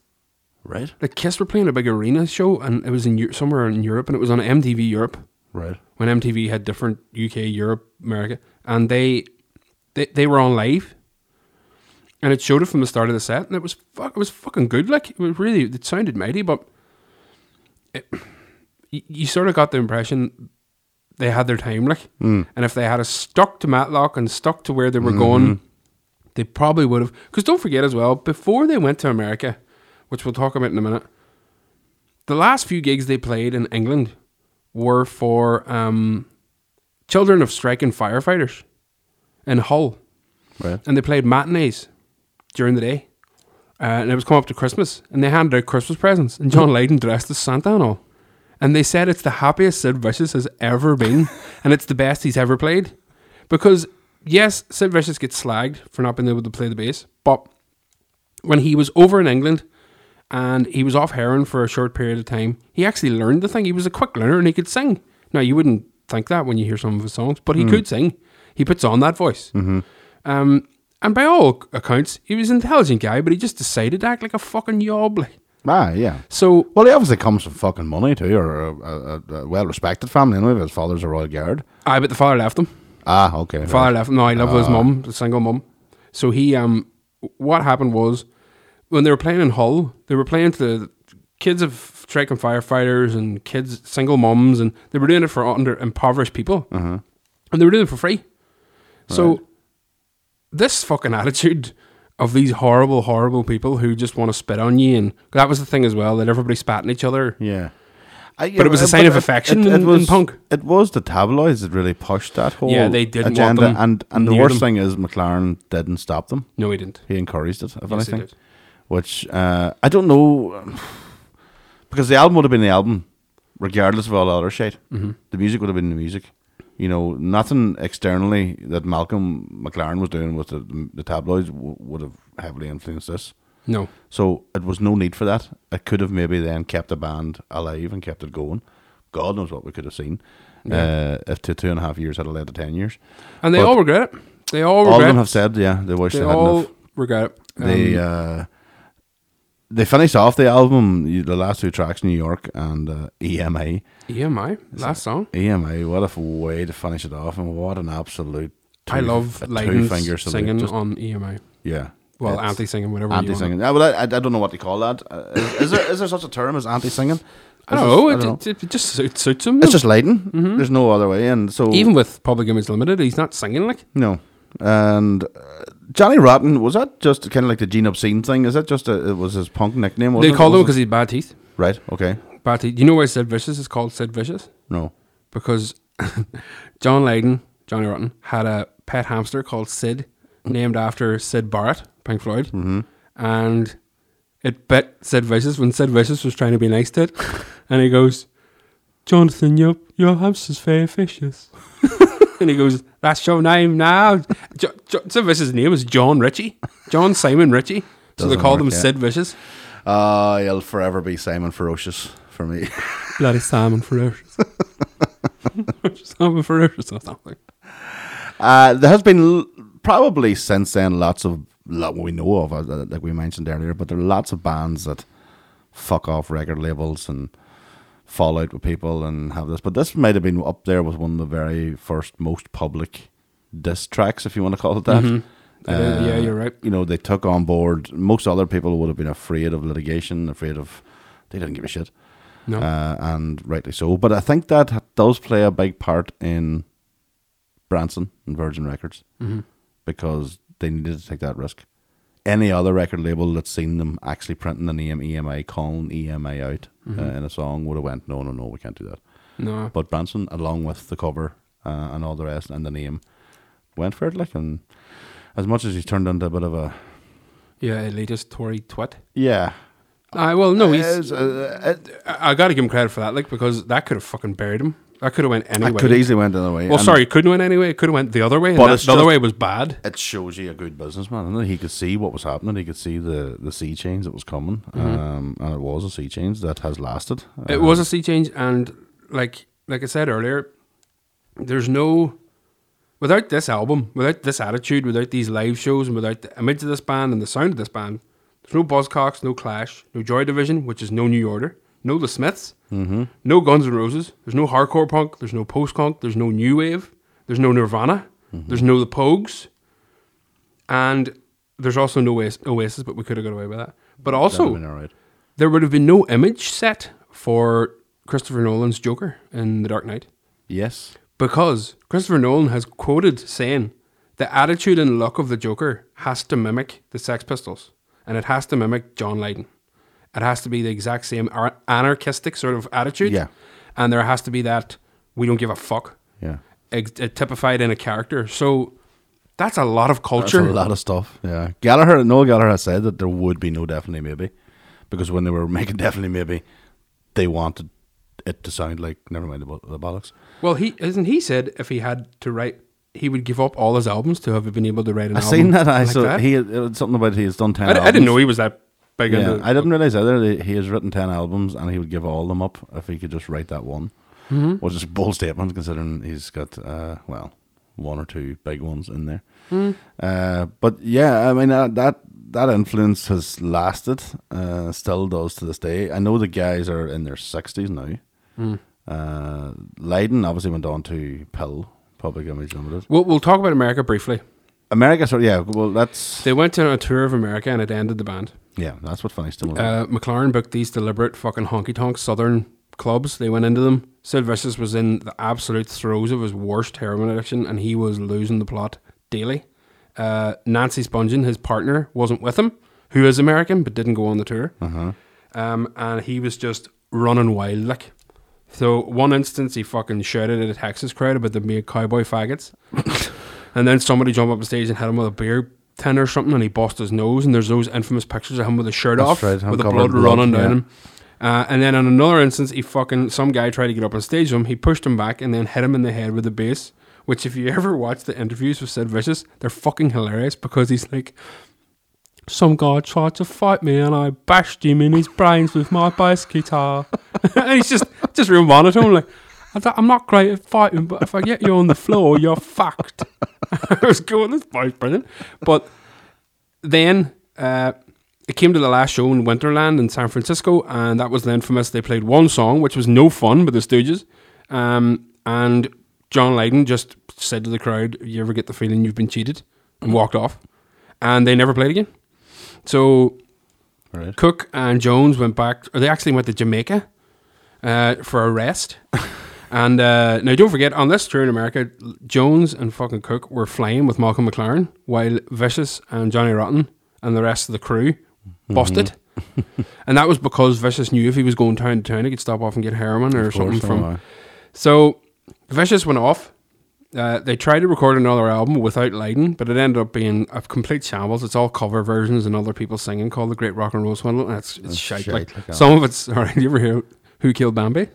H: Right.
I: Like Kiss were playing a big arena show, and it was in Eu- somewhere in Europe, and it was on MTV Europe.
H: Right.
I: When MTV had different UK, Europe, America, and they they, they were on live, and it showed it from the start of the set, and it was fuck, it was fucking good. Like it was really, it sounded mighty, but it, you, you sort of got the impression they had their time, like,
H: Mm.
I: and if they had a stuck to Matlock and stuck to where they were going, they probably would have. Because don't forget as well, before they went to America, which we'll talk about in a minute, the last few gigs they played in England were for um, children of striking firefighters in Hull,
H: Right.
I: and they played matinees during the day. Uh, and it was coming up to Christmas, and they handed out Christmas presents, and John Lydon dressed as Santa and all. And they said it's the happiest Sid Vicious has ever been, and it's the best he's ever played. Because, yes, Sid Vicious gets slagged for not being able to play the bass, but when he was over in England and he was off heroin for a short period of time, he actually learned the thing. He was a quick learner and he could sing. Now, you wouldn't think that when you hear some of his songs, but he
H: Mm.
I: could sing. He puts on that voice.
H: Mhm.
I: Um, and by all accounts, he was an intelligent guy, but he just decided to act like a fucking yob. like.
H: Ah, yeah.
I: So
H: well, he obviously comes from fucking money too, or a, a, a- a well-respected family. Anyway, his father's a royal guard.
I: Aye, but the father left him.
H: Ah, okay.
I: Father left. No, he lived with his
H: Ah.
I: mum, the single mum. So he, um, what happened was when they were playing in Hull, they were playing to the kids of striking firefighters and kids, single mums, and they were doing it for under impoverished people,
H: Uh-huh.
I: and they were doing it for free. So this fucking attitude of these horrible, horrible people who just want to spit on you, and that was the thing as well that everybody spat at each other.
H: Yeah.
I: but it was a sign of affection in- in punk.
H: It was the tabloids that really pushed that whole
I: Yeah, they didn't want
H: agenda.
I: them
H: and and the
I: near
H: worst
I: them.
H: thing is McLaren didn't stop them.
I: No, he didn't.
H: He encouraged it, if
I: Yes, he
H: anything.
I: did.
H: Which uh, I don't know, because the album would have been the album, regardless of all the other shit.
I: Mhm.
H: The music would have been the music. You know, nothing externally that Malcolm McLaren was doing with the, the tabloids w- would have heavily influenced this.
I: No.
H: So it was no need for that. It could have maybe then kept the band alive and kept it going. God knows what we could have seen
I: Yeah.
H: uh, if two two and a half years had led to ten years.
I: And they
H: But
I: all regret it. They all regret
H: all of them
I: it.
H: have said, yeah, they wish they,
I: They
H: hadn't.
I: all
H: have.
I: regret it.
H: They
I: Um,
H: uh, they finished off the album, you- the last two tracks, New York and uh, EMA.
I: EMI, E last song.
H: EMA, what E a f- way to finish it off, and what an absolute.
I: I love Lydon's
H: salute.
I: singing
H: Just-
I: on EMA.
H: Yeah.
I: Well,
H: It's-
I: anti-singing, whatever you want.
H: Anti-singing. Yeah, well, I, I I don't know what they call that. Uh, is, is there is there such a term as anti-singing?
I: I
H: Is
I: don't
H: this-
I: know. It,
H: don't
I: it, it just suits, suits him.
H: It's just Leiden.
I: Mhm.
H: There's no other way, and so
I: Even with Public Image Limited, he's not singing like.
H: no. And uh, Johnny Rotten was that just kind of like the Gene Obscene thing? Is that just a, it was his punk nickname?
I: they
H: wasn't it?
I: call him
H: Was
I: because
H: it-
I: he's bad teeth.
H: right. Okay,
I: Bad teeth. You know why Sid Vicious is called Sid Vicious?
H: no,
I: Because (laughs) John Lydon, Johnny Rotten, had a pet hamster called Sid,
H: Mm-hmm.
I: named after Sid Barrett, Pink Floyd,
H: Mhm.
I: and it bit Sid Vicious when Sid Vicious was trying to be nice to it, (laughs) and he goes, "Jonathan, your your hamster's very vicious." (laughs) and he goes, "That's your name now." jo- jo- Sid Vicious's name is John Ritchie, John Simon Ritchie. So they
H: Doesn't
I: called
H: work,
I: him
H: yeah.
I: Sid Vicious.
H: uh, he'll forever be Simon Ferocious for me. (laughs)
I: Bloody Simon Ferocious. (laughs) Simon Ferocious or something.
H: Uh, there has been l- probably since then lots of lot we know of, uh, that- like we mentioned earlier. But there are lots of bands that fuck off record labels and fall out with people and have this. But this might have been up there with one of the very first most public diss tracks, if you want to call it that.
I: Mhm.
H: Uh,
I: It is, yeah, you're right.
H: You know, they took on board. Most other people would have been afraid of litigation, afraid of. They didn't give a shit.
I: No.
H: Uh, and rightly so. But I think that h- does play a big part in Branson and Virgin Records
I: Mhm.
H: because they needed to take that risk. Any other record label that's seen them actually printing an EM, EMI, calling EMI out uh,
I: Mhm.
H: in a song would have went, no, no, no, we can't do that.
I: No.
H: But Branson, along with the cover uh, and all the rest and the name, went for it. Like, and as much as he's turned into a bit of a
I: Yeah, elitist Tory twat.
H: yeah,
I: I well, no,
H: Uh, it's,
I: Oh, he's.
H: uh,
I: I, I got to give him credit for that, like because that could have fucking buried him. That could have went anyway.
H: I could easily went the other way.
I: Well,
H: and
I: sorry, it couldn't went anyway. It could have went the other way. and
H: But
I: that-
H: it's
I: the other
H: just-
I: way was bad.
H: It shows you a good businessman. And he could see what was happening. He could see the, the sea change that was coming, um, and it was a sea change that has lasted.
I: Mm-hmm. It was a sea change, and like like I said earlier, there's no without this album, without this attitude, without these live shows, and without the image of this band and the sound of this band. There's no Buzzcocks, no Clash, no Joy Division, which is no New Order, no The Smiths,
H: Mm-hmm.
I: no Guns N' Roses. There's no hardcore punk. There's no post punk. There's no new wave. There's no Nirvana. There's no The Pogues, and there's also no Oas- Oasis. But we could have got away with that. But also,
H: all right.
I: there would have been no image set for Christopher Nolan's Joker in The Dark Knight
H: Yes.
I: because Christopher Nolan has quoted saying the attitude and look of the Joker has to mimic the Sex Pistols and it has to mimic John Lydon. It has to be the exact same ar- anarchistic sort of attitude.
H: Yeah.
I: And there has to be that we don't give a fuck
H: Yeah.
I: ex- uh, typified in a character. So that's a lot of
H: That's
I: culture.
H: a lot of stuff. Yeah. Gallagher, Noel Gallagher has said that there would be no definitely maybe, because when they were (laughs) making definitely maybe, they wanted it to sound like never mind the, bo- the bollocks.
I: well, he isn't he said if he had to write, he would give up all his albums to have been able to write an
H: I
I: album.
H: seen that. I
I: like
H: saw
I: that.
H: he had- it was something about he has done ten.
I: I, d- I didn't
H: albums.
I: know he was that big.
H: Yeah,
I: into,
H: I didn't realize either. that He has written ten albums, and he would give all of them up if he could just write that one.
I: Mhm.
H: Which is a bold statement, considering he's got uh, well one or two big ones in there.
I: Mm.
H: Uh, but yeah, I mean uh, that that influence has lasted, uh, still does to this day. I know the guys are in their sixties now.
I: Mm.
H: Uh, Leiden obviously went on to Pill Public Image Limited.
I: We'll, we'll talk about America briefly.
H: America, so yeah, well that's
I: They went on a tour of America and it ended the band.
H: yeah, that's what finished them.
I: Uh, McLaren booked these deliberate fucking honky tonk southern clubs. They went into them. Sid Vicious was in the absolute throes of his worst heroin addiction and he was losing the plot daily. Uh, Nancy Spungen, his partner, wasn't with him, who is American but didn't go on the tour.
H: uh-huh.
I: Um, and he was just running wild. Like, so one instance he fucking shouted at a Texas crowd about them being cowboy
H: (coughs)
I: faggots, and then somebody jumped up on stage and hit him with a beer tin or something, and he bust his nose. And there's those infamous pictures of him with his shirt
H: That's
I: off,
H: right, him
I: with the blood,
H: covered in blood,
I: running down
H: yeah.
I: him. Uh, and then in another instance, he fucking some guy tried to get up on stage with him. He pushed him back and then hit him in the head with a bass. Which, if you (laughs) ever watch the interviews with Sid Vicious, they're fucking hilarious because he's like, some guy tried to fight me and I bashed him in his brains with my bass guitar. (laughs) and he's just just real monotone, like "I don't- I'm not great at fighting, but if I get you on the floor, you're fucked. (laughs) I was going, this boy's brilliant. But then uh, it came to the last show in Winterland in San Francisco, and that was the infamous. They played one song, which was no fun, but the Stooges. Um, and John Lydon just said to the crowd, "You ever get the feeling you've been cheated?" and walked off. And they never played again. So
H: Right.
I: Cook and Jones went back, or they actually went to Jamaica uh, for a
H: (laughs)
I: rest. and uh, now, don't forget, on this tour in America, Jones and fucking Cook were flying with Malcolm McLaren, while Vicious and Johnny Rotten and the rest of the crew
H: Mm-hmm. (laughs)
I: busted. and that was because Vicious knew if he was going town to town, he could stop off and get heroin or
H: Of course,
I: something from.
H: uh,
I: So Vicious went off. Uh, they tried to record another album without Lydon, but it ended up being a complete shambles. It's all cover versions and other people singing called the Great Rock and Roll Swindle, and it's, it's
H: That's
I: shite.
H: shite,
I: Like,
H: like uh, that.
I: some of it's. (laughs) All right, you ever hear Who Killed
H: (laughs)
I: Bambi?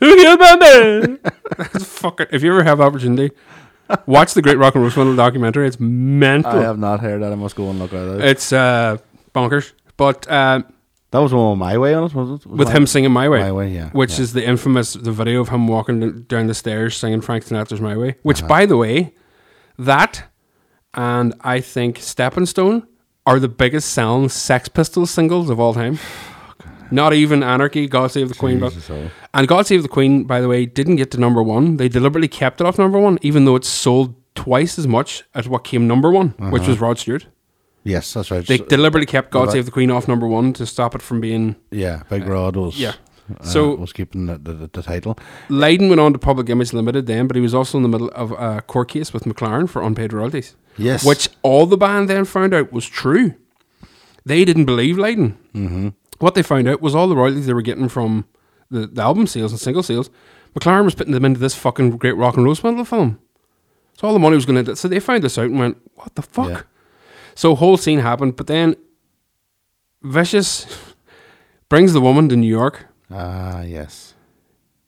I: Who killed Bambi? That's fucking. If you ever have opportunity, watch the Great Rock and Roll Swindle documentary. It's mental.
H: I have not heard that. I must go and look at it.
I: It's uh, bonkers. But uh,
H: That was one with my way on it, was it? Was
I: with
H: my-
I: him singing My Way.
H: My way, yeah.
I: which
H: yeah.
I: is the infamous the video of him walking d- down the stairs singing Frank Sinatra's "My Way." Which,
H: Uh-huh.
I: by the way, that and I think Stepping Stone are the biggest selling Sex Pistols singles of all
H: (sighs)
I: time. Not even Anarchy, God Save the Queen, but
H: Oh, Jesus, oh.
I: and God Save the Queen, by the way, didn't get to number one. They deliberately kept it off number one, even though it sold twice as much as what came number one, which was Rod Stewart.
H: yes, that's right.
I: They
H: Uh-huh. So-
I: deliberately kept God
H: Right.
I: Save the Queen off number one to stop it from being
H: yeah, Big Rod was
I: yeah.
H: uh,
I: So-
H: was keeping the, the, the, the title.
I: Leiden went on to Public Image Limited then, but he was also in the middle of a court case with McLaren for unpaid royalties.
H: Yes,
I: Which all the band then found out was true. They didn't believe Leiden. Mm-hmm. What they found out was all the royalties they were getting from the, the album sales and single sales, McLaren was putting them into this fucking great rock and roll swindle film. So all the money was going to. So they found this out and went, "What the fuck?"
H: Yeah.
I: So whole scene happened, but then (laughs) Vicious brings the woman to New York,
H: ah yes,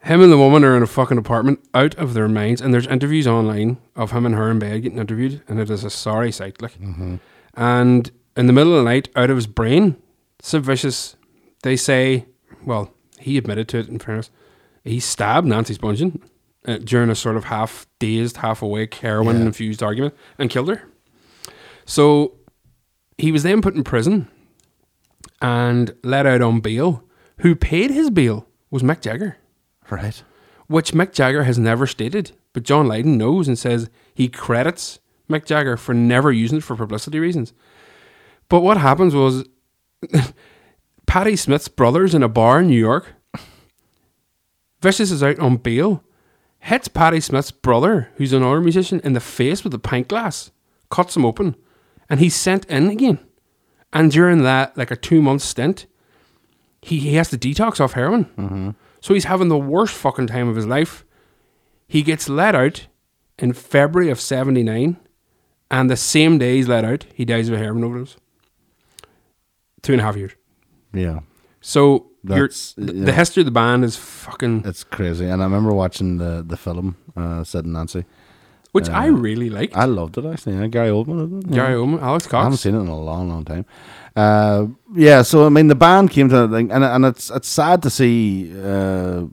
I: Him and the woman are in a fucking apartment out of their minds, and there's interviews online of him and her in bed getting interviewed, and it is a sorry sight. Like, and in the middle of the night, out of his brain, Sid Vicious, they say, well, he admitted to it in fairness, he stabbed Nancy Spungen uh, during a sort of half dazed, half awake, heroin infused argument and killed her. So he was then put in prison and let out on bail. Who paid his bail was Mick Jagger,
H: Right.
I: which Mick Jagger has never stated, but John Lydon knows and says he credits Mick Jagger for never using it for publicity reasons. But what happens was (laughs) Patti Smith's brothers in a bar in New York. Vicious is out on bail, hits Patti Smith's brother, who's another musician, in the face with a pint glass, cuts him open, and he's sent in again. And during that, like a two month stint, he, he has to detox off heroin. So he's having the worst fucking time of his life. He gets let out in February of 79, and the same day he's let out, he dies of a heroin overdose. Two and a half years.
H: Yeah.
I: So you're,
H: That's-
I: th-
H: yeah.
I: the history of the band is fucking,
H: It's crazy. And I remember watching the, the film, uh, Sid and Nancy.
I: which I really like.
H: uh, I loved it, actually. Yeah, Gary Oldman, isn't it?
I: Gary Oldman, Alex
H: I
I: Cox.
H: haven't seen it in a long, long time. Uh, yeah, so I mean, the band came to that thing, and and it's it's sad to see, uh,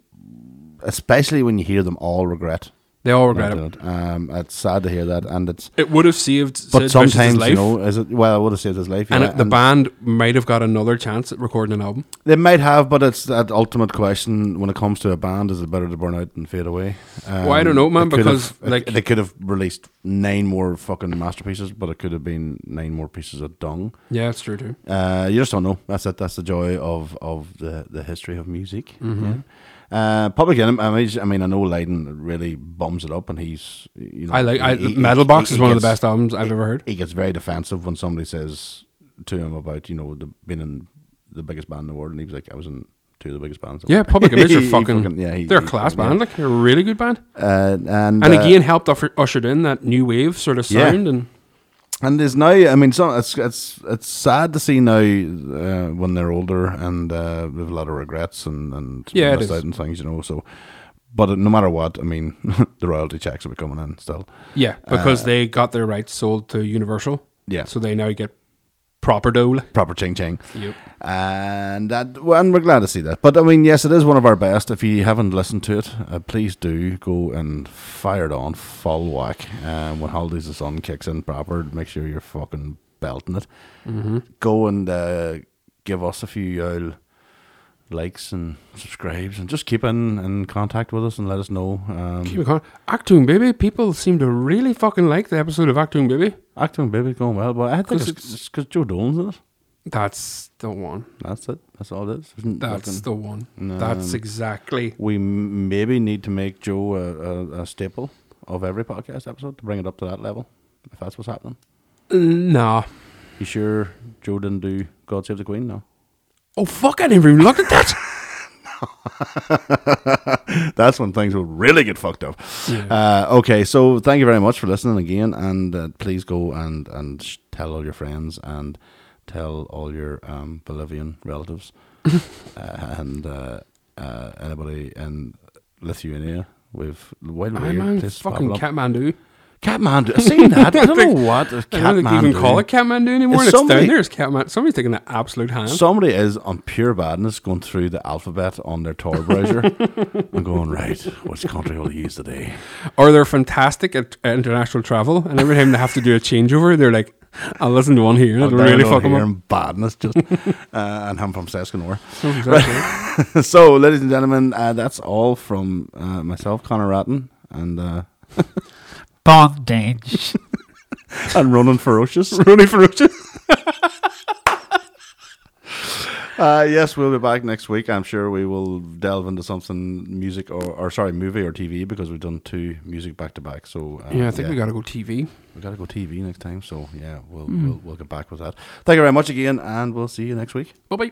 H: especially when you hear them all regret.
I: they all
H: not
I: regret
H: doing
I: it.
H: it. Um, it's sad to hear that, and it's
I: It would have saved Sid
H: but
I: Vicious'
H: sometimes
I: life,
H: you know, is it well? I would have saved his life,
I: and
H: yeah,
I: it- the band might have got another chance at recording an album.
H: They might have, but it's that ultimate question when it comes to a band: is it better to burn out and fade away? Um,
I: Well, I don't know, man,
H: they could
I: because,
H: have-
I: like-
H: they could have released nine more fucking masterpieces, but it could have been nine more pieces of dung.
I: Yeah, it's true too.
H: Uh, you just don't know. That's it. That's the joy of of the, the history of music.
I: Mm-hmm.
H: Yeah. Uh, Public Enemy. I mean, I mean, I know Leiden really bums it up, and he's you know.
I: I like I,
H: he- he-
I: Metal Box
H: he-
I: is
H: he
I: one of
H: gets-
I: the best albums I've ever heard.
H: He gets very defensive when somebody says to him about you know the, being in the biggest band in the world, and he was like, I was in two of the biggest bands. in the
I: Yeah,
H: world." (laughs)
I: Public Image are
H: He
I: fucking,
H: yeah, he-
I: they're
H: he
I: a class
H: fucking-
I: band, like they're a really good band.
H: Uh, and
I: And
H: uh,
I: again, helped offer, ushered in that new wave sort of
H: Yeah.
I: sound. And
H: And there's now, I mean, some it's it's it's sad to see now uh, when they're older and uh, with a lot of regrets and and
I: Yeah, it
H: missed
I: is.
H: out and things, you know. So, but no matter what, I mean, (laughs) the royalty checks will be coming in still.
I: yeah, because they got their rights sold to Universal.
H: Uh, Yeah.
I: So they now get proper dole.
H: Proper ching ching.
I: Yep.
H: And that, well, and we're glad to see that. But I mean, yes, it is one of our best. If you haven't listened to it, uh, please do go and fire it on full whack. Um, when holidays the sun kicks in proper, make sure you're fucking belting it. Go and uh, give us a few owl likes and subscribes, and just keep in in contact with us and let us know.
I: Keep
H: Um,
I: it going. Actung Baby, people seem to really fucking like the episode of Actung Baby.
H: acting baby going well, but I think
I: 'Cause
H: it's- it's because Joe Dolan's in it.
I: That's the one.
H: That's it. That's all it is. There's
I: That's
H: nothing-
I: the one. That's exactly.
H: we m- maybe need to make Joe a, a, a staple of every podcast episode to bring it up to that level. If that's what's happening,
I: Nah.
H: you sure Joe didn't do "God Save the Queen"? No,
I: Oh fuck! I didn't even look at that.
H: that's when things will really get fucked up.
I: (laughs) Yeah.
H: Uh, okay, so thank you very much for listening again, and uh, please go and and sh- tell all your friends and tell all your um, Bolivian (laughs) relatives uh, and uh, uh, anybody in Lithuania. We've wild
I: I'm
H: weird
I: on
H: places
I: fucking
H: popping up.
I: Kathmandu.
H: Catmandu.
I: (laughs)
H: I've seen that. I don't
I: think-
H: know what.
I: I don't think you
H: Catmandu.
I: even call it Kathmandu anymore.
H: Is
I: It's,
H: somebody-
I: down there. It's Kathmandu. Somebody's taking the absolute hand.
H: Somebody is on pure badness going through the alphabet on their
I: (laughs)
H: Tor browser and going, right, which country will I use today?
I: or they're fantastic at at international travel, and every time they have to do a changeover, they're like, "I'll listen to one here. It'll
H: Down
I: (laughs) really
H: over
I: fuck them
H: here
I: up."
H: in
I: (laughs)
H: badness just. uh, and I'm from Seskinore. (laughs)
I: Exactly. (laughs)
H: so, ladies and gentlemen, uh, that's all from uh, myself, Connor Ratton, and, uh,
K: Bondage.
H: and
I: (laughs)
H: Ronan Ferocious.
I: Rooney Ferocious.
H: (laughs) Uh, yes, we'll be back next week. I'm sure we will delve into something music or, or sorry, movie or TV because we've done two music back to back. So uh,
I: Yeah, I think we gotta go TV.
H: we got to go
I: Mm-hmm.
H: TV next time. So yeah, we'll we'll, we'll get back with that. Thank you very much again, and we'll see you next week.
I: Bye bye.